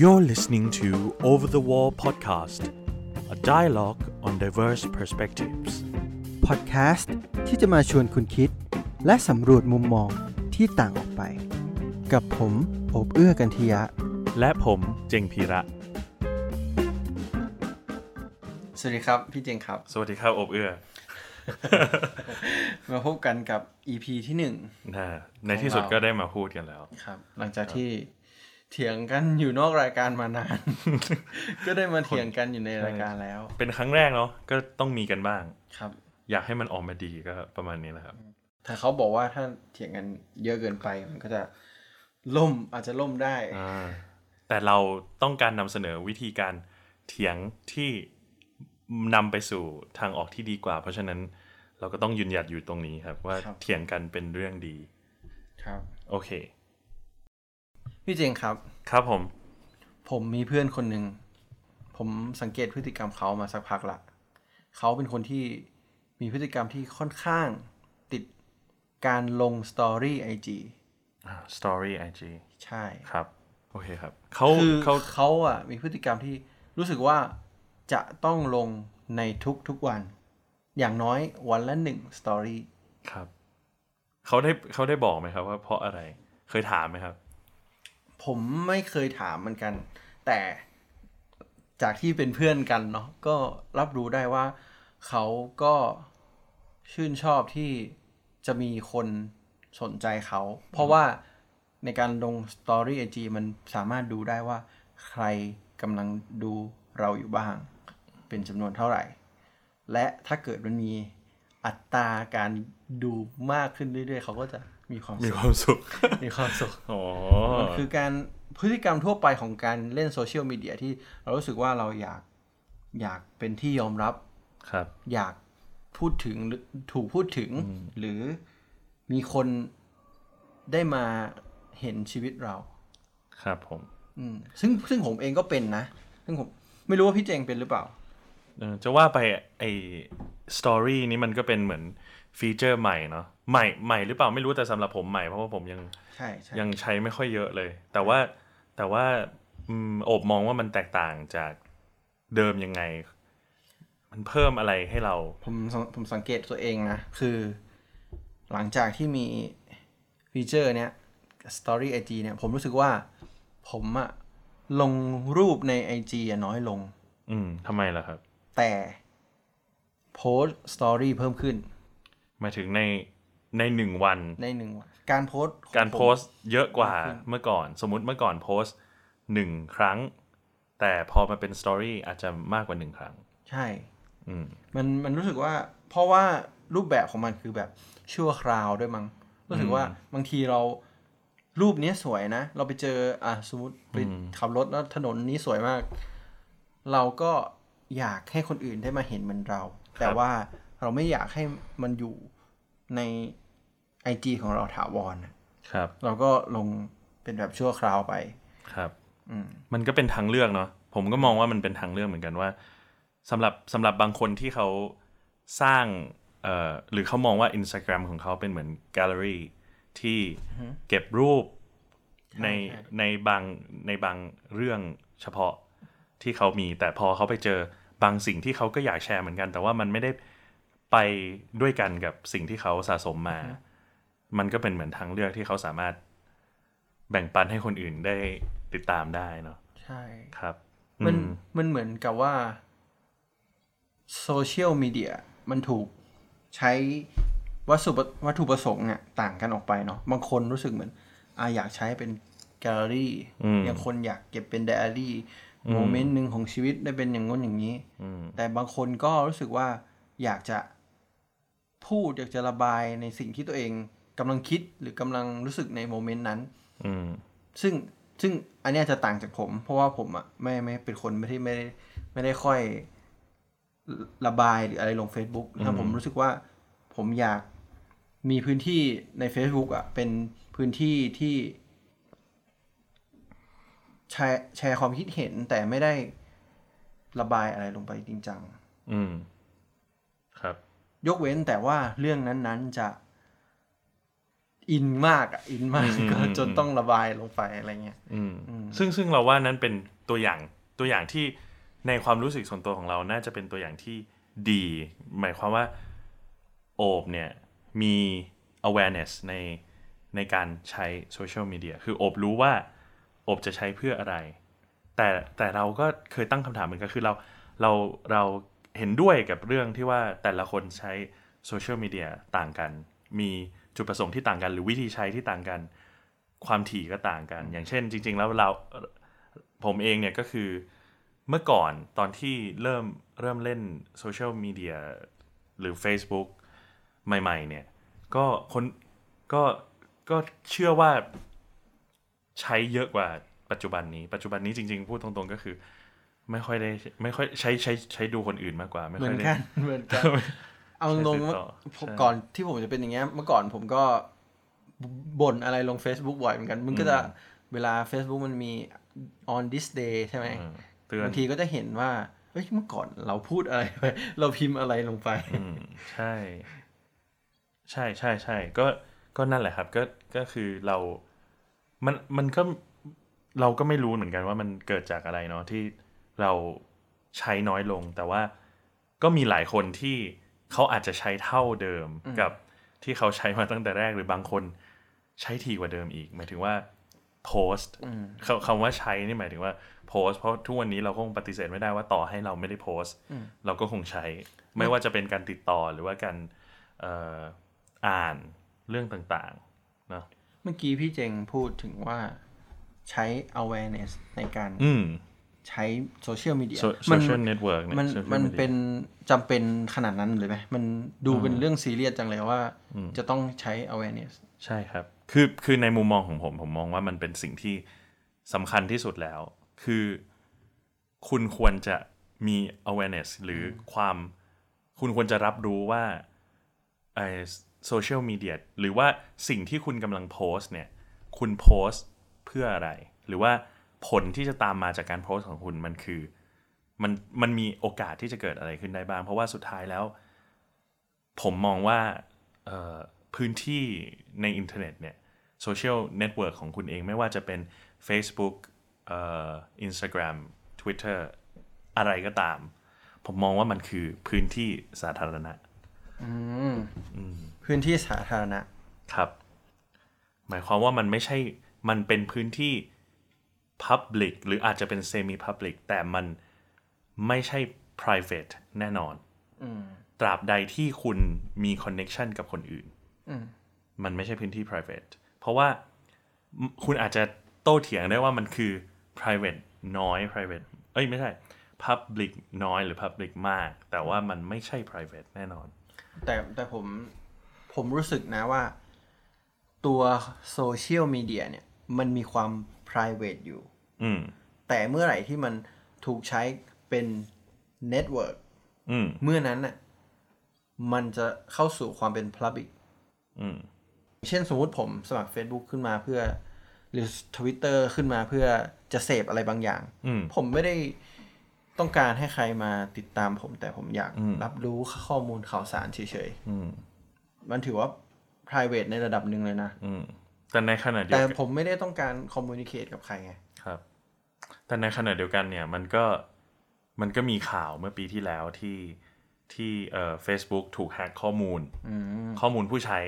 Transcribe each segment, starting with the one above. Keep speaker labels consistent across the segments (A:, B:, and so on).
A: You're listening to Over the Wall Podcast, a dialogue on diverse perspectives.
B: พอดแคสต์ที่จะมาชวนคุณคิด และสำรวจมุมมองที่ต่างออกไป กับผมโอบเอื้อกันทียะ
A: และผมเจงพีระ
B: สวัสดีครับ พี่เจงครับ
A: สวัสดีครับ อบเอื้อ
B: มาพบกันกับ EP ที่หนึ่ง
A: นะในที่สุด
B: ของเรา
A: ก็ได้มาพูดกันแล้ว
B: ครับ หลังจากที่เถียงกันอยู่นอกรายการมานาน ก็ได้มาเถียงกันอยู่ในรายการแล้ว
A: เป็นครั้งแรกเนาะก็ต้องมีกันบ้าง
B: ครับ
A: อยากให้มันออกมาดีก็ประมาณนี้แหละครับ
B: ถ้าเขาบอกว่าถ้าเถียงกันเยอะเกินไปมันก็จะล่มอาจจะล่มได้
A: อ่าแต่เราต้องการนำเสนอวิธีการเถียงที่นำไปสู่ทางออกที่ดีกว่า เพราะฉะนั้นเราก็ต้องยืนหยัดอยู่ตรงนี้ครับ ว่า
B: ครับ
A: เถียงกันเป็นเรื่องดี
B: ครับ
A: โอเค
B: พี่เจงครับ
A: ครับผม
B: ผมมีเพื่อนคนหนึ่ง ผมสังเกตพฤติกรรมเขามาสักพักละเขาเป็นคนที่มีพฤติกรรมที่ค่อนข้างติดการลงสตอรี่ไอจี
A: สตอรี่ไอจี
B: ใช่
A: ครับ โอเคครับเขา
B: คือ
A: เขา
B: เขาอ่ะมีพฤติกรรมที่รู้สึกว่าจะต้องลงในทุกๆวัน อย่างน้อยวันละหนึ่งสตอรี่
A: ครับเขาได้เขาได้บอกไหมครับ ว่าเพราะอะไรเคยถามไหมครับ
B: ผมไม่เคยถามเหมือนกัน แต่จากที่เป็นเพื่อนกันเนาะก็รับรู้ได้ว่าเขาก็ชื่นชอบที่จะมีคนสนใจเขา เพราะว่าในการลงสตอรี่ไอจีมันสามารถดูได้ว่า ใครกำลังดูเราอยู่บ้าง เป็นจำนวนเท่าไหร่ และถ้าเกิดมันมีอัตราการดูมากขึ้นเรื่อยๆ เขาก็จะมีความ
A: มี
B: สุข
A: ความสุข
B: มีความสุข
A: อ๋อ
B: มันคือการพฤติกรรมทั่วไปของการเล่นโซเชียลมีเดียที่เรารู้สึกว่าเราอยากอยากเป็นที่ยอมรับ
A: ครับ
B: อยากพูดถึงหรือถูกพูดถึง หรือมีคนได้มาเห็นชีวิตเรา
A: ครับผม
B: อืมซึ่งซึ่งผมเองก็เป็นนะ ซึ่งผมไม่รู้ว่าพี่เจงเป็นหรือเปล่า
A: เออจะว่าไปไอสตอรี่นี้มันก็เป็นเหมือนฟีเจอร์ใหม่เนาะใหม่ใหม่หรือเปล่าไม่รู้แต่สำหรับผมใหม่เพราะว่าผมยัง
B: ใช่ใช่
A: ยังใช้ไม่ค่อยเยอะเลย แต่ว่าแต่ว่าอืมโอบมองว่ามันแตกต่างจากเดิมยังไง มันเพิ่มอะไรให้เรา
B: ผมสังผมสังเกตตัวเองนะ คือ หลังจากที่มีฟีเจอร์เนี้ย Story IG เนี่ยผมรู้สึกว่าผมอะลงรูปใน IG อะน้อยลง
A: อืมทำไมล่ะครับ
B: แต่โพสสตอรี่เพิ่มขึ้น
A: หมายถึงในในหนึ่งวัน
B: ในหนึ่งวันการโพสต์ของ
A: การ
B: ผม
A: โพสต์เยอะกว่าเมื่อก่อน สมมติเมื่อก่อนโพสต์หนึ่งครั้ง แต่พอมาเป็นสตอรี่อาจจะมากกว่าหนึ่งครั้ง
B: ใช่
A: อืม
B: มันมันรู้สึกว่า เพราะว่ารูปแบบของมันคือแบบชั่วคราวด้วยมั้งรู้สึกว่าบางทีเรารูปเนี้ยสวยนะ เราไปเจออ่ะสมมติไปขับรถแล้วถนนนี้สวยมาก เราก็อยากให้คนอื่นได้มาเห็นเหมันเรา แต่ว่าเราไม่อยากให้มันอยู่ในไอจของเราถาวรน่ะ
A: ครับ
B: เราก็ลงเป็นแบบชั่วคราวไป
A: ครับ
B: อืม
A: มันก็เป็นทางเลือกเนาะผมก็มองว่ามันเป็นทางเลือกเหมือนกันว่าสำหรับสำหรับบางคนที่เขาสร้างเอ่อหรือเขามองว่า Instagram ของเขาเป็นเหมือนแกลเลอรี่ที่เก็บรูปใน
B: ใช่
A: ในบางในบางเรื่องเฉพาะที่เขามี แต่พอเขาไปเจอบางสิ่งที่เขาก็อยากแชร์เหมือนกัน แต่ว่ามันไม่ได้ไปด้วยกันกับสิ่งที่เขาสะสมมา มันก็เป็นเหมือนทางเลือกที่เขาสามารถแบ่งปันให้คนอื่นได้ติดตามได้เนาะ
B: ใช่
A: ครับ
B: มัน
A: อื
B: มันเหมือนกับว่าโซเชียลมีเดียมันถูกใช้วัตถุประวัตถุประสงค์เนี่ยต่างกันออกไปเนาะบางคนรู้สึกเหมือนอาอยากใช้เป็นแกลเลอรี่อย่างคนอยากเก็บเป็นไดอารี่โมเมนต์หนึ่งของชีวิตได้เป็นอย่างง้นอย่างนี้ แต่บางคนก็รู้สึกว่าอยากจะพูดอยากจะระบายในสิ่งที่ตัวเองกำลังคิดหรือกำลังรู้สึกในโมเมนต์นั้น
A: อืม
B: ซึ่งซึ่งอันเนี้ยจะต่างจากผม เพราะว่าผมอะไม่ไม่เป็นคนไม่ที่ไม่ได้ไม่ได้ค่อยระบายหรืออะไรลง Facebook ถ้าผมรู้สึกว่าผมอยากมีพื้นที่ใน Facebook อะเป็นพื้นที่ที่แชร์แชร์ความคิดเห็นแต่ไม่ได้ระบายอะไรลงไปจริงจัง
A: อืม ครับ
B: ยกเว้นแต่ว่าเรื่องนั้นๆจะ อินมากอ่ะอินมาก
A: อืม
B: ก็
A: อืม
B: จนต้องระบายลงไปอะไรเงี้ย
A: อืม
B: อืม
A: ซึ่งซึ่งเราว่านั้นเป็นตัวอย่างตัวอย่างที่ในความรู้สึกส่วนตัวของเราน่าจะเป็นตัวอย่างที่ดี หมายความว่าโอบเนี่ยมี awareness ในในการใช้โซเชียลมีเดียคือโอบรู้ว่าโอบจะใช้เพื่ออะไร แต่แต่เราก็เคยตั้งคำถามเหมือนกันคือเราเราเราเห็นด้วยกับเรื่องที่ว่าแต่ละคนใช้โซเชียลมีเดียต่างกัน มีจุดประสงค์ที่ต่างกัน หรือวิธีใช้ที่ต่างกัน ความถี่ก็ต่างกัน อย่างเช่น จริง ๆ แล้วเราผมเองเนี่ยก็คือเมื่อก่อนตอนที่เริ่มเริ่มเล่นโซเชียลมีเดียหรือ Facebook ใหม่ๆเนี่ยก็คนก็ก็เชื่อว่าใช้เยอะกว่าปัจจุบันนี้ปัจจุบันนี้จริง ๆ พูดตรงๆก็คือ ไม่ค่อยได้ไม่ค่อยใช้ใช้ใช้ดูคนอื่นมากกว่า ไม่
B: เหมื
A: ค่
B: อ
A: อย
B: น
A: ได้
B: กัน เหมือนกัน เอางงๆ
A: ใช้สื่
B: ว่า
A: อต่อใช่
B: ก่อนที่ผมจะเป็นอย่างเงี้ยเมื่อก่อนผมก็บ่นอะไรลง Facebook บ่อยเหมือนกัน มึงก็จะเวลา Facebook มันมี on this day ใช่ไหม
A: อืมเตือน
B: บางทีก็จะเห็นว่าเฮ้ยเมื่อก่อนเราพูดอะไร ไป เราพิมพ์อะไรลงไป
A: อืมใช่ ใช่ใช่ใช่ก็ก็นั่นแหละครับ ก็ก็คือเรา มันมันก็เราก็ไม่รู้เหมือนกันว่ามันเกิดจากอะไรเนาะที่เราใช้น้อยลง แต่ว่าก็มีหลายคนที่เขาอาจจะใช้เท่าเดิมกับที่เขาใช้มาตั้งแต่แรกหรือบางคนใช้ถี่กว่าเดิมอีก หมายถึงว่าโพสต์คำว่าใช้นี่หมายถึงว่าโพสต์เพราะทุกวันนี้เราก็คงปฏิเสธไม่ได้ว่าต่อให้เราไม่ได้โพสต์ เราก็คงใช้ ไม่ว่าจะเป็นการติดต่อหรือว่าการเอ่ออ่านเรื่องต่างๆเนาะ
B: เมื่อกี้พี่เจงพูดถึงว่าใช้ awareness ในการ
A: อืม
B: ใช้โซเชียลมีเดีย
A: โซ
B: มั
A: โซเชียลเน็ตเวิร์กเนี่ย
B: มัน
A: โซชียล
B: มัน
A: ดีย
B: เป็นจำเป็นขนาดนั้นเลยไหมมันดูเป็นเรื่องซีเรียสจังเลยว่า จะต้องใช้ awareness
A: ใช่ครับ คือคือในมุมมองของผม ผมมองว่ามันเป็นสิ่งที่สำคัญที่สุดแล้ว คือคุณควรจะมี awareness หรือความ คุณควรจะรับรู้ว่าไอโซเชียลมีเดียหรือว่าสิ่งที่คุณกำลังโพสต์เนี่ย คุณโพสต์เพื่ออะไร หรือว่าผลที่จะตามมาจากการโพสต์ของคุณมันคือ มันมันมีโอกาสที่จะเกิดอะไรขึ้นได้บ้าง เพราะว่าสุดท้ายแล้ว ผมมองว่าเอ่อพื้นที่ในอินเทอร์เน็ตเนี่ยโซเชียลเน็ตเวิร์กของคุณเองไม่ว่าจะเป็น Facebook เอ่อ Instagram Twitter อะไรก็ตาม ผมมองว่ามันคือพื้นที่สาธารณะ
B: พื้นที่สาธารณะ
A: ครับ หมายความว่ามันไม่ใช่ มันเป็นพื้นที่ Public หรืออาจจะเป็น Semi Public แต่มันไม่ใช่ private แน่นอน ตราบใดที่คุณมี Connection กับคนอื่น มันไม่ใช่พื้นที่ private เพราะว่าอืมคุณอาจจะโต้เถียงได้ว่ามันคือ private น้อย private เอ้ย ไม่ใช่ public น้อยหรือ public มาก แต่ว่ามันไม่ใช่ private แน่นอน
B: แต่แต่ผมผมรู้สึกนะว่า ตัวโซเชียลมีเดียเนี่ย มันมีความ private อยู่
A: อืม
B: แต่เมื่อไหร่ที่มันถูกใช้เป็นเน็ตเวิร์ก
A: อืม
B: เมื่อนั้นน่ะมันจะเข้าสู่ความเป็น Public
A: อืม
B: เช่นสมมติผมสมัคร Facebook ขึ้นมาเพื่อ หรือ Twitter ขึ้นมาเพื่อจะเสพอะไรบางอย่าง
A: อืม
B: ผมไม่ได้ต้องการให้ใครมาติดตามผม แต่ผมอยาก
A: อืม
B: รับรู้ข้อมูลข่าวสารเฉย
A: อืม
B: ๆ มันถือว่า private ในระดับหนึ่งเลยนะ
A: อืมแต่ในขณะเดียว
B: แต่
A: กัน
B: ผมไม่ได้ต้องการ communicate กับใครไง
A: ครับ แต่ในขณะเดียวกันเนี่ยมันก็มันก็มีข่าวเมื่อปีที่แล้วที่ที่เอ่อ Facebook ถูกแฮกข้อมูลข้อมูลผู้ใช้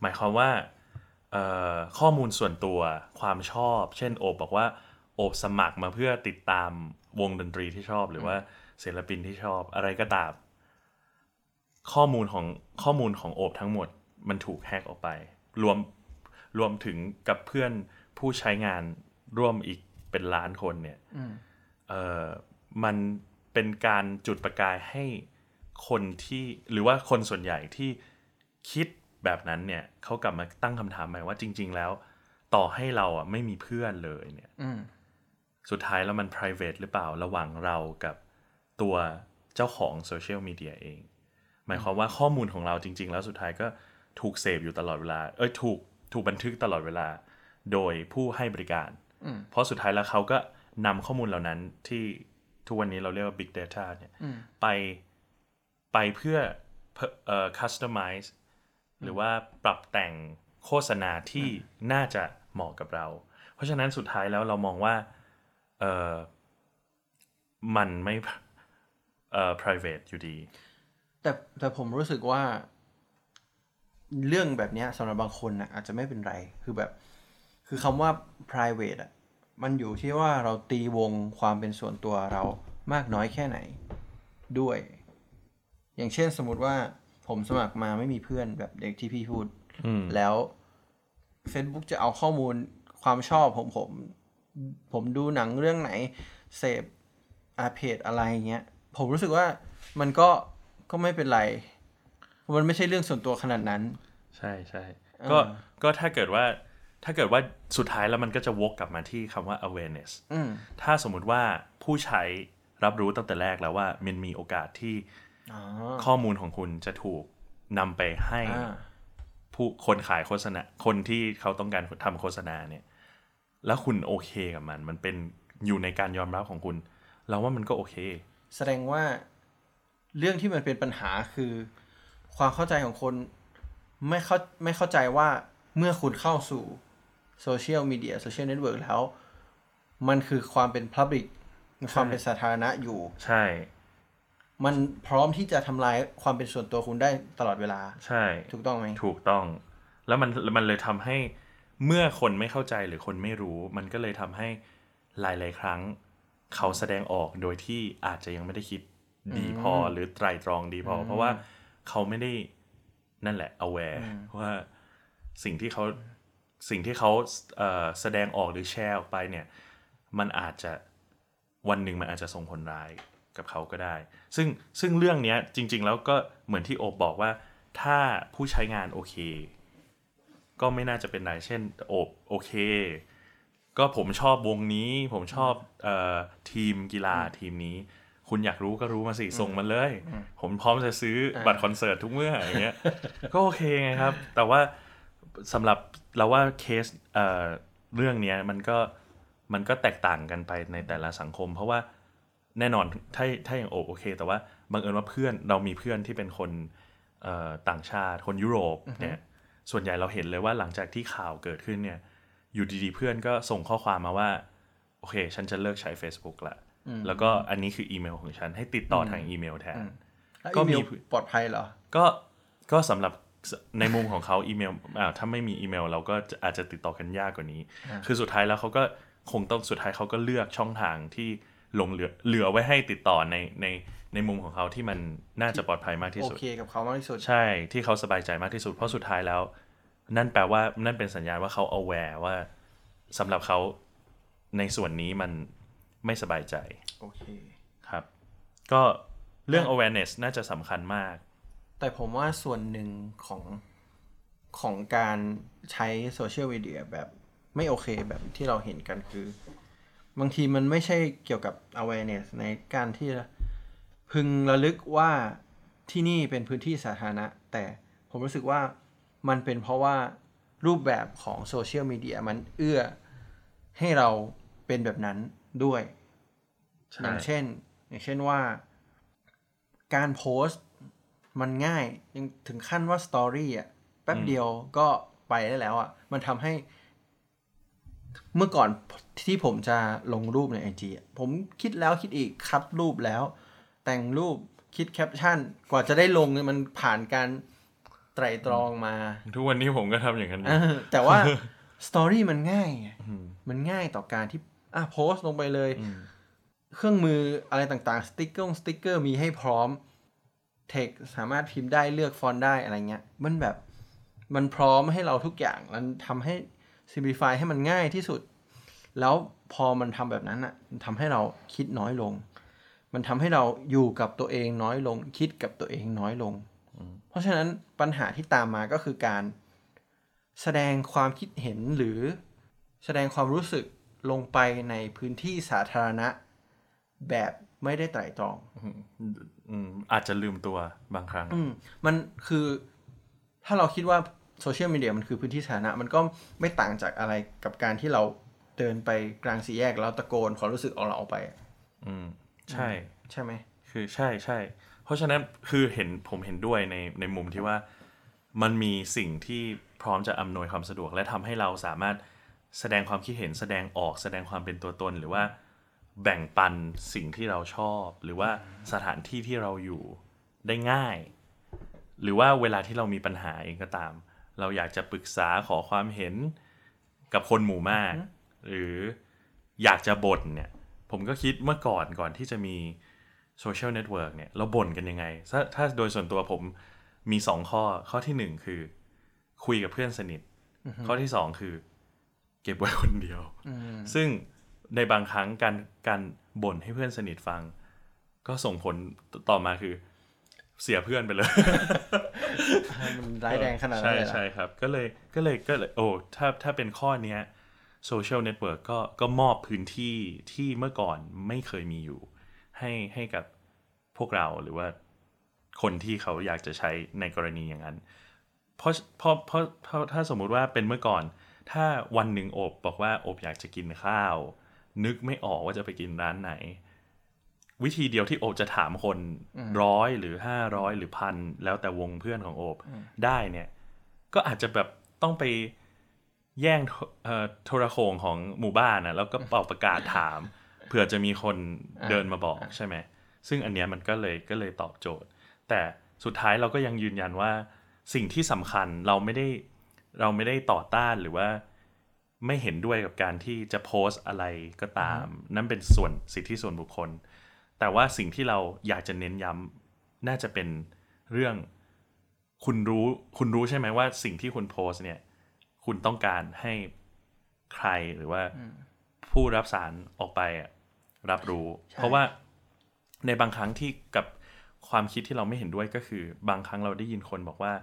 A: หมายความว่าเอ่อข้อมูลส่วนตัวความชอบ เช่นโอบบอกว่าโอบสมัครมาเพื่อติดตามวงดนตรีที่ชอบ หรือว่าศิลปินที่ชอบอะไรก็ตาม ข้อมูลของข้อมูลของโอบทั้งหมดมันถูกแฮกออกไป รวมรวมถึงกับเพื่อนผู้ใช้งานร่วมอีกเป็นล้านคนเนี่ยเออมันเป็นการจุดประกายให้คนที่หรือว่าคนส่วนใหญ่ที่คิดแบบนั้นเนี่ยเขากลับมาตั้งคำถามใหม่ว่าจริง ๆ แล้ว ต่อให้เราอ่ะไม่มีเพื่อนเลยเนี่ย
B: อืม
A: สุดท้ายแล้วมัน private หรือเปล่าระหว่างเรากับตัวเจ้าของโซเชียลมีเดียเอง หมายความว่าข้อมูลของเราจริง ๆ แล้วสุดท้ายก็ถูกเสพอยู่ตลอดเวลา เอ้ยถูกถูกบันทึกตลอดเวลา โดยผู้ให้บริการ เพราะสุดท้ายแล้วเขาก็นำข้อมูลเหล่านั้นที่ทุกวันนี้เราเรียกว่า Big Data เนี่ยไปไปเพื่อเพื่อเอ่อ customize หรือว่าปรับแต่ง โฆษณาที่น่าจะเหมาะกับเรา เพราะฉะนั้นสุดท้ายแล้วเรามองว่าเออมันไม่เอ่อ private อยู่ดี
B: แต่แต่ผมรู้สึกว่า เรื่องแบบเนี้ยสำหรับบางคนนะอาจจะไม่เป็นไร คือแบบ คือคำว่า private อะมันอยู่ที่ว่าเราตีวงความเป็นส่วนตัวเรามากน้อยแค่ไหน ด้วย อย่างเช่นสมมติว่าผมสมัครมาไม่มีเพื่อนแบบเด็กที่พี่พูด
A: อืม
B: แล้ว Facebook จะเอาข้อมูลความชอบผมผม ผมดูหนังเรื่องไหน เสพอาเพจอะไรเงี้ย ผมรู้สึกว่ามันก็ก็ไม่เป็นไร มันไม่ใช่เรื่องส่วนตัวขนาดนั้น
A: ใช่ใช่
B: เออ
A: ก็ก็ถ้าเกิดว่าถ้าเกิดว่าสุดท้ายแล้วมันก็จะวกกลับมาที่คำว่า awareness
B: อืม
A: ถ้าสมมุติว่าผู้ใช้รับรู้ตั้งแต่แรกแล้วว่ามันมีโอกาสที่
B: อ๋อ
A: ข้อมูลของคุณจะถูกนำไปให้
B: อ่า
A: ผู้คนขายโฆษณาคนที่เขาต้องการทำโฆษณาเนี่ย แล้วคุณโอเคกับมัน มันเป็นอยู่ในการยอมรับของคุณ เราว่ามันก็โอเค
B: แสดงว่าเรื่องที่มันเป็นปัญหาคือ ความเข้าใจของคนไม่เข้าไม่เข้าใจว่าเมื่อคุณเข้าสู่โซเชียลมีเดียโซเชียลเน็ตเวิร์กแล้ว มันคือความเป็น Public ความเป็นสาธารณะอยู่
A: ใช่
B: มันพร้อมที่จะทำลายความเป็นส่วนตัวคุณได้ตลอดเวลา
A: ใช่
B: ถูกต้องไหม
A: ถูกต้อง แล้วมันมันเลยทำให้เมื่อคนไม่เข้าใจหรือคนไม่รู้ มันก็เลยทำให้หลาย ๆ ครั้ง เขาแสดงออกโดยที่อาจจะยังไม่ได้คิดดีพอหรือไตรตรองดีพอ เพราะว่าเขาไม่ได้นั่นแหละ aware ว่าสิ่งที่เขาสิ่งที่เขาเอ่อแสดงออกหรือแชร์ออกไปเนี่ย มันอาจจะวันหนึ่งมันอาจจะส่งผลร้ายกับเขาก็ได้ ซึ่งซึ่งเรื่องเนี้ยจริง ๆ แล้วก็เหมือนที่โอบบอกว่า ถ้าผู้ใช้งานโอเค ก็ไม่น่าจะเป็นไรเช่นโอบโอเค ก็ผมชอบวงนี้ ผมชอบเอ่อทีมกีฬาทีมนี้ คุณอยากรู้ก็รู้มาสิส่งมาเลย ผมพร้อมจะซื้อบัตรคอนเสิร์ตทุกเมื่ออย่างเงี้ย ก็โอเคไงครับ แต่ว่าสำหรับเราว่าเคสเอ่อเรื่องเนี้ยมันก็มันก็แตกต่างกันไปในแต่ละสังคม เพราะว่าแน่นอนถ้าถ้าอย่างโอบโอเค แต่ว่าบังเอิญว่าเพื่อนเรามีเพื่อนที่เป็นคนเอ่อต่างชาติ คนยุโรปเนี่ยส่วนใหญ่เราเห็นเลยว่าหลังจากที่ข่าวเกิดขึ้นเนี่ย อยู่ดีๆ เพื่อนก็ส่งข้อความมาว่า โอเค ฉันจะเลิกใช้ Facebook ละแล้วก็อันนี้คืออีเมลของฉันให้ติดต่อทางอีเมลแทน
B: แล้ว
A: ก็
B: อีเม
A: มี
B: ลปลอดภัยเหรอ
A: ก็ก็สำหรับในมุมของเขาอีเมลอ่าถ้าไม่มีอีเมล เราก็จะอาจจะติดต่อกันยากกว่านี้ คือสุดท้ายแล้วเขาก็คงต้องสุดท้ายเขาก็เลือกช่องทางที่หลงเหลือเหลือไว้ให้ติดต่อในในในมุมของเขาที่มันน่าจะปลอดภัยมากที่
B: โอ
A: สุด
B: เคกับเขามากที่สุด
A: ใช่ที่เขาสบายใจมากที่สุด เพราะสุดท้ายแล้ว นั่นแปลว่านั่นเป็นสัญญาณว่าเขา aware ว่าสำหรับเขาในส่วนนี้มันไม่สบายใจ
B: โอเค
A: ครับ ก็เรื่อง awareness น่าจะสำคัญมาก
B: แต่ผมว่าส่วนหนึ่งของของการใช้โซเชียลมีเดียแบบไม่โอเคแบบที่เราเห็นกันคือ บางทีมันไม่ใช่เกี่ยวกับ awareness ในการที่พึงระลึกว่าที่นี่เป็นพื้นที่สาธารณะ แต่ผมรู้สึกว่ามันเป็นเพราะว่ารูปแบบของโซเชียลมีเดียมันเอื้อให้เราเป็นแบบนั้นด้วย
A: ใช่
B: อย่างเช่น อย่างเช่นว่า การโพสต์ มันง่ายยังถึงขั้นว่าสตอรี่อ่ะแป๊บเดียวก็ไปได้แล้วอ่ะ มันทำให้ เมื่อก่อนที่ผมจะลงรูปในไอจีผมคิดแล้วคิดอีกคัดรูปแล้ว แต่งรูปคิดแคปชั่น กว่าจะได้ลงเนี่ยมันผ่านการไตรตรองมา
A: ทุกวันนี้ผมก็ทำอย่างนั้นอยู่
B: เออแต่ ว่า สตอรี่มันง่ายไงมันง่ายต่อการที่อ่ะโพสต์ลงไปเลย เครื่องมืออะไรต่างๆ สติ๊กเกอร์สติ๊กเกอร์มีให้พร้อมเทคสามารถพิมพ์ได้เลือกฟอนต์ได้อะไรเงี้ย มันแบบมันพร้อมให้เราทุกอย่าง มันทำให้ simplify ให้มันง่ายที่สุด แล้วพอมันทำแบบนั้นอ่ะมันทำให้เราคิดน้อยลง มันทำให้เราอยู่กับตัวเองน้อยลง คิดกับตัวเองน้อยลง เพราะฉะนั้นปัญหาที่ตามมาก็คือการ แสดงความคิดเห็นหรือแสดงความรู้สึกลงไปในพื้นที่สาธารณะ แบบไม่ได้ไตร่ตรอง
A: อืมอาจจะลืมตัวบางครั้ง
B: อืมมันคือถ้าเราคิดว่าโซเชียลมีเดียมันคือพื้นที่สาธารณะ มันก็ไม่ต่างจากอะไรกับการที่เราเดินไปกลางสี่แยกแล้วตะโกนความรู้สึกของเราออกไป
A: อืมใช่
B: ใช่ไหม
A: คือใช่ใช่ เพราะฉะนั้นคือเห็นผมเห็นด้วยในในมุมที่ว่า มันมีสิ่งที่พร้อมจะอำนวยความสะดวก และทำให้เราสามารถแสดงความคิดเห็นแสดงออกแสดงความเป็นตัวตนหรือว่า แบ่งปันสิ่งที่เราชอบ หรือว่าสถานที่ที่เราอยู่ได้ง่าย หรือว่าเวลาที่เรามีปัญหาเองก็ตาม เราอยากจะปรึกษาขอความเห็นกับคนหมู่มาก หรืออยากจะบ่นเนี่ย ผมก็คิดเมื่อก่อนก่อนที่จะมีโซเชียลเน็ตเวิร์กเนี่ยเราบ่นกันยังไง ถ้าถ้าโดยส่วนตัวผมมี 2 ข้อข้อทีหนึ่1 คือ คุยกับเพื่อนสนิท ข้อที่ 2 คือ เก็บไว้คนเดียว ซึ่งในบางครั้งการการบ่นให้เพื่อนสนิทฟัง ก็ส่งผลต่อมาคือ เสียเพื่อนไปเลย
B: มันร้ายแรงขนาดนั้
A: ใช่
B: นเลยเหรอ
A: ใช่ครับ ก็เลยก็เลยก็เลยโอ้ถ้าถ้าเป็นข้อเนี้ยโซเชียลเน็ตเวิร์กก็ก็มอบพื้นที่ที่เมื่อก่อนไม่เคยมีอยู่ ให้ให้กับพวกเราหรือว่าคนที่เขาอยากจะใช้ในกรณีอย่างนั้น เพราะเพราะเพราะเพราะถ้าสมมุติว่าเป็นเมื่อก่อน ถ้าวันหนึ่งโอบบอกว่าโอบอยากจะกินข้าว นึกไม่ออกว่าจะไปกินร้านไหน วิธีเดียวที่โอบจะถามคนร้อยหรือห้าร้อยหรือพันแล้วแต่วงเพื่อนของโอบได้เนี่ย ก็อาจจะแบบต้องไปแย่งโทเอ่อโทรโขงของหมู่บ้านนะแล้วก็เป่าประกาศถาม เผื่อจะมีคนเดินมาบอกใช่ไหมซึ่งอันเนี้ยมันก็เลยก็เลยตอบโจทย์ แต่สุดท้ายเราก็ยังยืนยันว่าสิ่งที่สำคัญเราไม่ได้เราไม่ได้ต่อต้านหรือว่า ไม่เห็นด้วยกับการที่จะโพสต์อะไรก็ตาม นั่นเป็นส่วนสิทธิส่วนบุคคล แต่ว่าสิ่งที่เราอยากจะเน้นย้ำน่าจะเป็นเรื่อง คุณรู้คุณรู้ใช่ไหมว่าสิ่งที่คุณโพสต์เนี่ย คุณต้องการให้ใครหรือว่าผู้รับสารออกไปอะรับรู้ เพราะว่าในบางครั้งที่กับความคิดที่เราไม่เห็นด้วยก็คือ บางครั้งเราได้ยินคนบอกว่า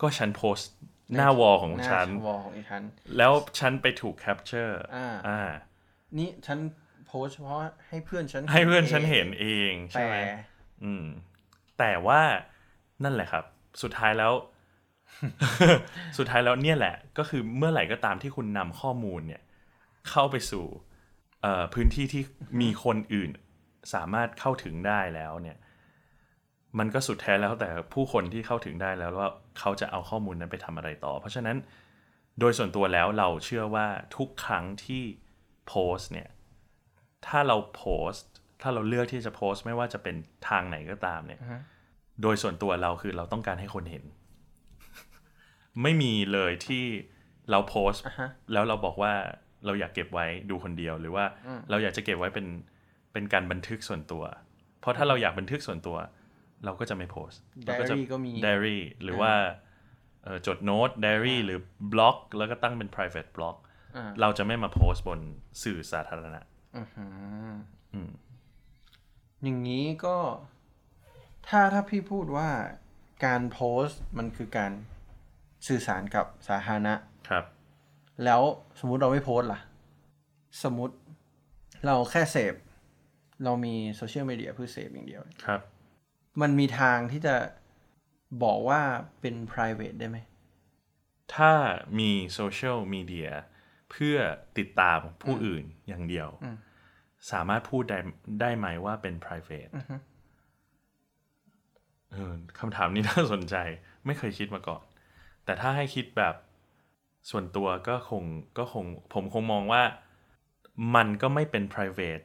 A: ก็ฉันโพสต์หน้าวอลของ
B: หน้า
A: ฉัน
B: วอลของอีกครั้ง
A: แล้วฉันไปถูกแคปเจอร์
B: อ่า
A: อ่า
B: นี่ฉันโพสต์เฉพาะให้เพื่อนฉัน
A: ให้เพื่อนฉันเห็นเองใช่
B: แต่
A: ไหม อืมแต่ว่านั่นแหละครับ สุดท้ายแล้ว สุดท้ายแล้วเนี่ยแหละ ก็คือเมื่อไหร่ก็ตามที่คุณนำข้อมูลเนี่ย เข้าไปสู่เอ่อพื้นที่ที่มีคนอื่น สามารถเข้าถึงได้แล้วเนี่ย มันก็สุดแท้แล้วแต่ผู้คนที่เข้าถึงได้แล้วว่าเขาจะเอาข้อมูลนั้นไปทำอะไรต่อ เพราะฉะนั้นโดยส่วนตัวแล้วเราเชื่อว่าทุกครั้งที่โพสต์เนี่ย ถ้าเราโพสต์ ถ้าเราเลือกที่จะโพสต์ ไม่ว่าจะเป็นทางไหนก็ตามเนี่ย โดยส่วนตัวเราคือเราต้องการให้คนเห็น ไม่มีเลยที่เราโพสต์ แล้วเราบอกว่าเราอยากเก็บไว้ดูคนเดียวหรือว่าเราอยากจะเก็บไว้เป็นเป็นการบันทึกส่วนตัว เพราะถ้าเราอยากบันทึกส่วนตัว เราก็จะไม่โพสต์
B: ได
A: เรา
B: อา
A: ก็จะ
B: รี่ก็มี
A: diary หรือว่าเอ่อจดโน้ต diary หรือบล็อก แล้วก็ตั้งเป็น private blog
B: อ่า
A: เราจะไม่มาโพสต์บนสื่อสาธารณะ
B: อื้อหือออย่างนี้ก็ถ้าถ้าพี่พูดว่าการโพสต์มันคือการสื่อสารกับสาธารณะ
A: ครับ
B: แล้วสมมุติเราไม่โพสต์ล่ะ สมมุติเราแค่เสพ เรามีโซเชียลมีเดียเพื่อเสพอย่างเดียว
A: ครับ
B: มันมีทางที่จะบอกว่าเป็น private ได้ไหม
A: ถ้ามีโซเชียลมีเดียเพื่อติดตามผู้อื่นอย่างเดียว สามารถพูดได้ได้ไหมว่าเป็น private เออคำถามนี้น่าสนใจ ไม่เคยคิดมาก่อน แต่ถ้าให้คิดแบบส่วนตัวก็คงก็คง ผมคงมองว่ามันก็ไม่เป็น private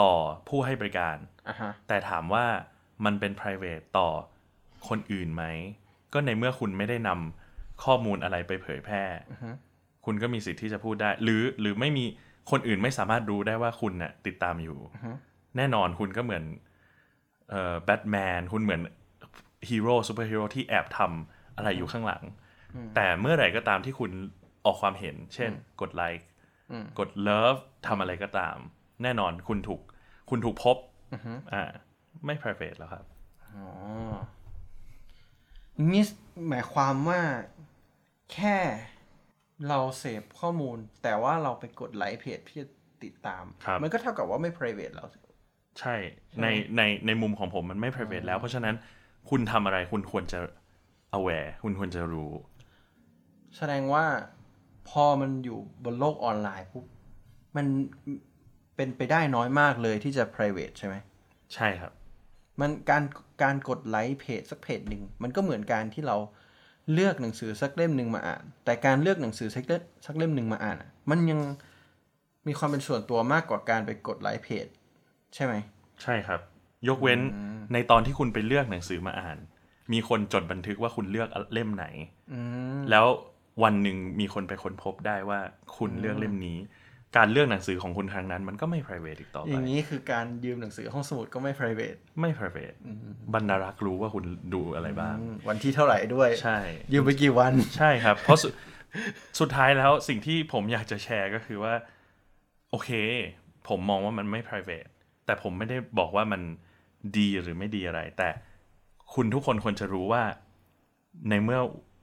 A: ต่อผู้ให้บริการ
B: อ่ะฮะ
A: แต่ถามว่ามันเป็น p r i v a t e ต่อคนอื่นไหม ก็ในเมื่อคุณไม่ได้นำข้อมูลอะไรไปเผยแพร่ คุณก็มีสิทธิ์ที่จะพูดได้ หรือหรือไม่มีคนอื่นไม่สามารถรู้ได้ว่าคุณน่ะติดตามอยู่ แน่นอนคุณก็เหมือนเอ่อแบทแมนคุณเหมือนฮีโร่ซูเปอร์ฮีโร่ที่แอบทำอะไรอยู่ข้างหลัง แต่เมื่อไหร่ก็ตามที่คุณออกความเห็น เช่น กดไลค์ กดเลิฟทำอะไรก็ตาม แน่นอนคุณถูกคุณถูกพบอ่าไม่ private แล้วครับ
B: อ๋อนี่หมายความว่าแค่เราเสพข้อมูล แต่ว่าเราไปกดไลค์เพจเพื่อติดตาม
A: ครับ
B: มันก็เท่ากับว่าไม่ private แล้ว
A: ใช่ในในในมุมของผมมันไม่ private แล้ว เพราะฉะนั้นคุณทำอะไรคุณควรจะ aware คุณควรจะรู้
B: แสดงว่าพอมันอยู่บนโลกออนไลน์ปุ๊บมันเป็นไปได้น้อยมากเลยที่จะ private ใช่ไหม
A: ใช่ครับ
B: มันการการกดไลค์เพจสักเพจหนึ่ง มันก็เหมือนการที่เรา เลือกหนังสือสักเล่มหนึ่งมาอ่าน แต่การเลือกหนังสือสักเล่มสักเล่มหนึ่งมาอ่านอะมันยังมีความเป็นส่วนตัวมากกว่าการไปกดไลค์เพจ ใช่ไหม
A: ใช่ครับ ยกเว้นในตอนที่คุณไปเลือกหนังสือมาอ่าน มีคนจดบันทึกว่าคุณเลือกเล่มไหน
B: อืม
A: แล้ววันหนึ่งมีคนไปค้นพบได้ว่าคุณเลือกเล่มนี้ การเลือกหนังสือของคุณครั้งนั้น มันก็ไม่ private อีกต่อ
B: อ
A: ไป
B: ย่างนี้คือการยืมหนังสือห้องสมุดก็ไม่ private
A: ไม่ private บรรณารักษ์รู้ว่าคุณดูอะไรบ้าง
B: อืมวันที่เท่าไหร่ด้วย
A: ใช่
B: ยืมไปกี่วัน
A: ใช่ครับ เพราะสุดสุดท้ายแล้วสิ่งที่ผมอยากจะแชร์ก็คือว่า โอเค ผมมองว่ามันไม่ private แต่ผมไม่ได้บอกว่ามันดีหรือไม่ดีอะไร แต่คุณทุกคนควรจะรู้ว่า ในเมื่อ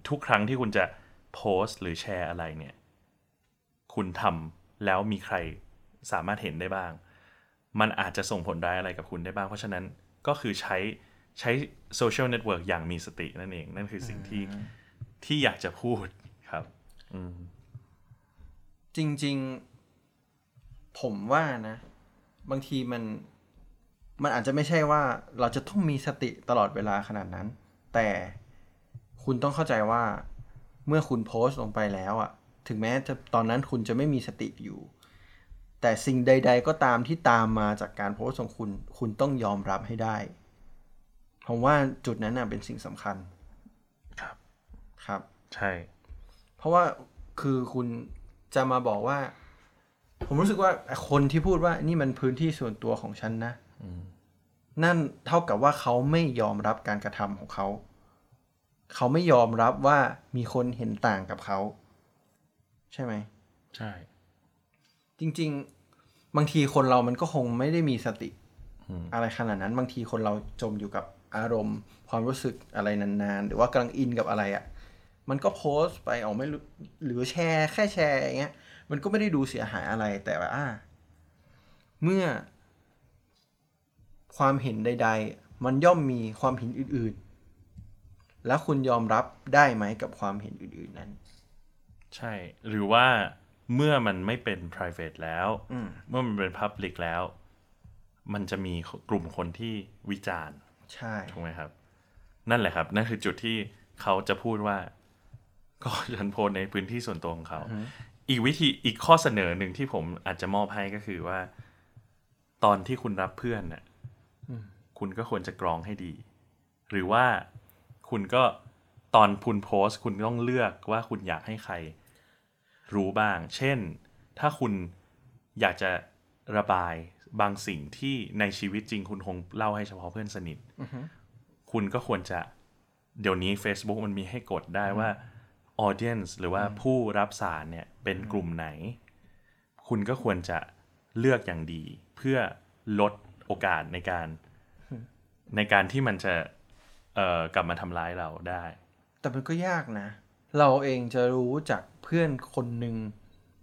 A: ทุกครั้งที่คุณจะโพสต์หรือแชร์อะไรเนี่ย คุณทำแล้วมีใครสามารถเห็นได้บ้าง มันอาจจะส่งผลร้ายอะไรกับคุณได้บ้าง เพราะฉะนั้นก็คือใช้ใช้โซเชียลเน็ตเวิร์กอย่างมีสตินั่นเอง นั่นคือสิ่งที่ที่อยากจะพูดครับ
B: จริง ๆ ผมว่านะ บางทีมัน มันอาจจะไม่ใช่ว่าเราจะต้องมีสติตลอดเวลาขนาดนั้น แต่คุณต้องเข้าใจว่า เมื่อคุณโพสต์ลงไปแล้วอะถึงแม้จะตอนนั้นคุณจะไม่มีสติอยู่ แต่สิ่งใด ๆ ก็ตามที่ตามมาจากการโพสต์ของคุณ คุณต้องยอมรับให้ได้ผมว่าจุดนั้นน่ะเป็นสิ่งสำคัญ
A: ครับ
B: ครับ
A: ใช่
B: เพราะว่าคือคุณจะมาบอกว่า ผมรู้สึกว่าคนที่พูดว่านี่มันพื้นที่ส่วนตัวของฉันนะนั่นเท่ากับว่าเขาไม่ยอมรับการกระทำของเขา เขาไม่ยอมรับว่ามีคนเห็นต่างกับเขา ใช่ไหม
A: ใช่
B: จริง ๆ บางทีคนเรามันก็คงไม่ได้มีสติ อะไรขนาดนั้น บางทีคนเราจมอยู่กับอารมณ์ ความรู้สึกอะไรนานๆ หรือว่ากำลังอินกับอะไรอะ่ะ มันก็โพสต์ไปออกไม่รู้หรือแชร์ แค่แชร์อย่างเงี้ย มันก็ไม่ได้ดูเสียหายอะไรแต่ว่าอ่า เมื่อ ความเห็นใด ๆ มันย่อมมีความเห็นอื่นๆ แล้วคุณยอมรับได้ไหมกับความเห็นอื่นๆนั้น
A: ใช่ หรือว่าเมื่อมันไม่เป็น private แล้ว
B: อืม
A: เมื่อมันเป็น public แล้ว มันจะมีกลุ่มคนที่วิจารณ์
B: ใช่
A: ถูกไหมครับ นั่นแหละครับ นั่นคือจุดที่เขาจะพูดว่า ก็ฉันโพสต์ในพื้นที่ส่วนตัวของเขา อีกวิธีอีกข้อเสนอหนึ่งที่ผมอาจจะมอบให้ก็คือว่า ตอนที่คุณรับเพื่อนน่ะคุณก็ควรจะกรองให้ดี หรือว่าคุณก็ตอนคุณโพสต์ คุณต้องเลือกว่าคุณอยากให้ใคร รู้บ้าง เช่น ถ้าคุณอยากจะระบายบางสิ่งที่ในชีวิตจริงคุณคงเล่าให้เฉพาะเพื่อนสนิท คุณก็ควรจะเดี๋ยวนี้ Facebook มันมีให้กดได้ว่า audience หรือว่าผู้รับสารเนี่ยเป็นกลุ่มไหน คุณก็ควรจะเลือกอย่างดี เพื่อลดโอกาสในการ ในการที่มันจะเอ่อกลับมาทำร้ายเราได้
B: แต่มันก็ยากนะ เราเองจะรู้จากเพื่อนคนหนึ่ง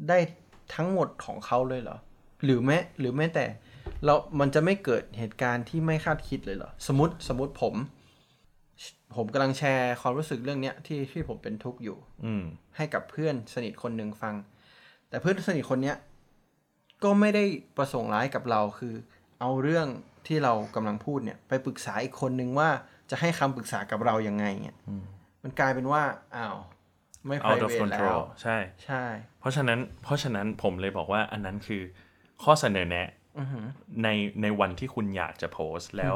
B: ได้ทั้งหมดของเขาเลยเหรอ หรือแม้หรือแม้แต่ เรา มันจะไม่เกิดเหตุการณ์ที่ไม่คาดคิดเลยเหรอ สมมติสมมติผม ผมกำลังแชร์ความรู้สึกเรื่องเนี้ยที่ที่ผมเป็นทุกข์อยู่
A: อืม
B: ให้กับเพื่อนสนิทคนหนึ่งฟัง แต่เพื่อนสนิทคนเนี้ยก็ไม่ได้ประสงค์ร้ายกับเราคือ เอาเรื่องที่เรากำลังพูดเนี่ย ไปปรึกษาอีกคนนึงว่าจะให้คำปรึกษากับเรายังไงเนี่ยมันกลายเป็นว่าอ้าวไม่
A: out of
B: private แล้ว
A: control ใช่
B: ใช่
A: เพราะฉะนั้นเพราะฉะนั้นผมเลยบอกว่าอันนั้นคือข้อเสนอแนะในในวันที่คุณอยากจะโพสต์แล้ว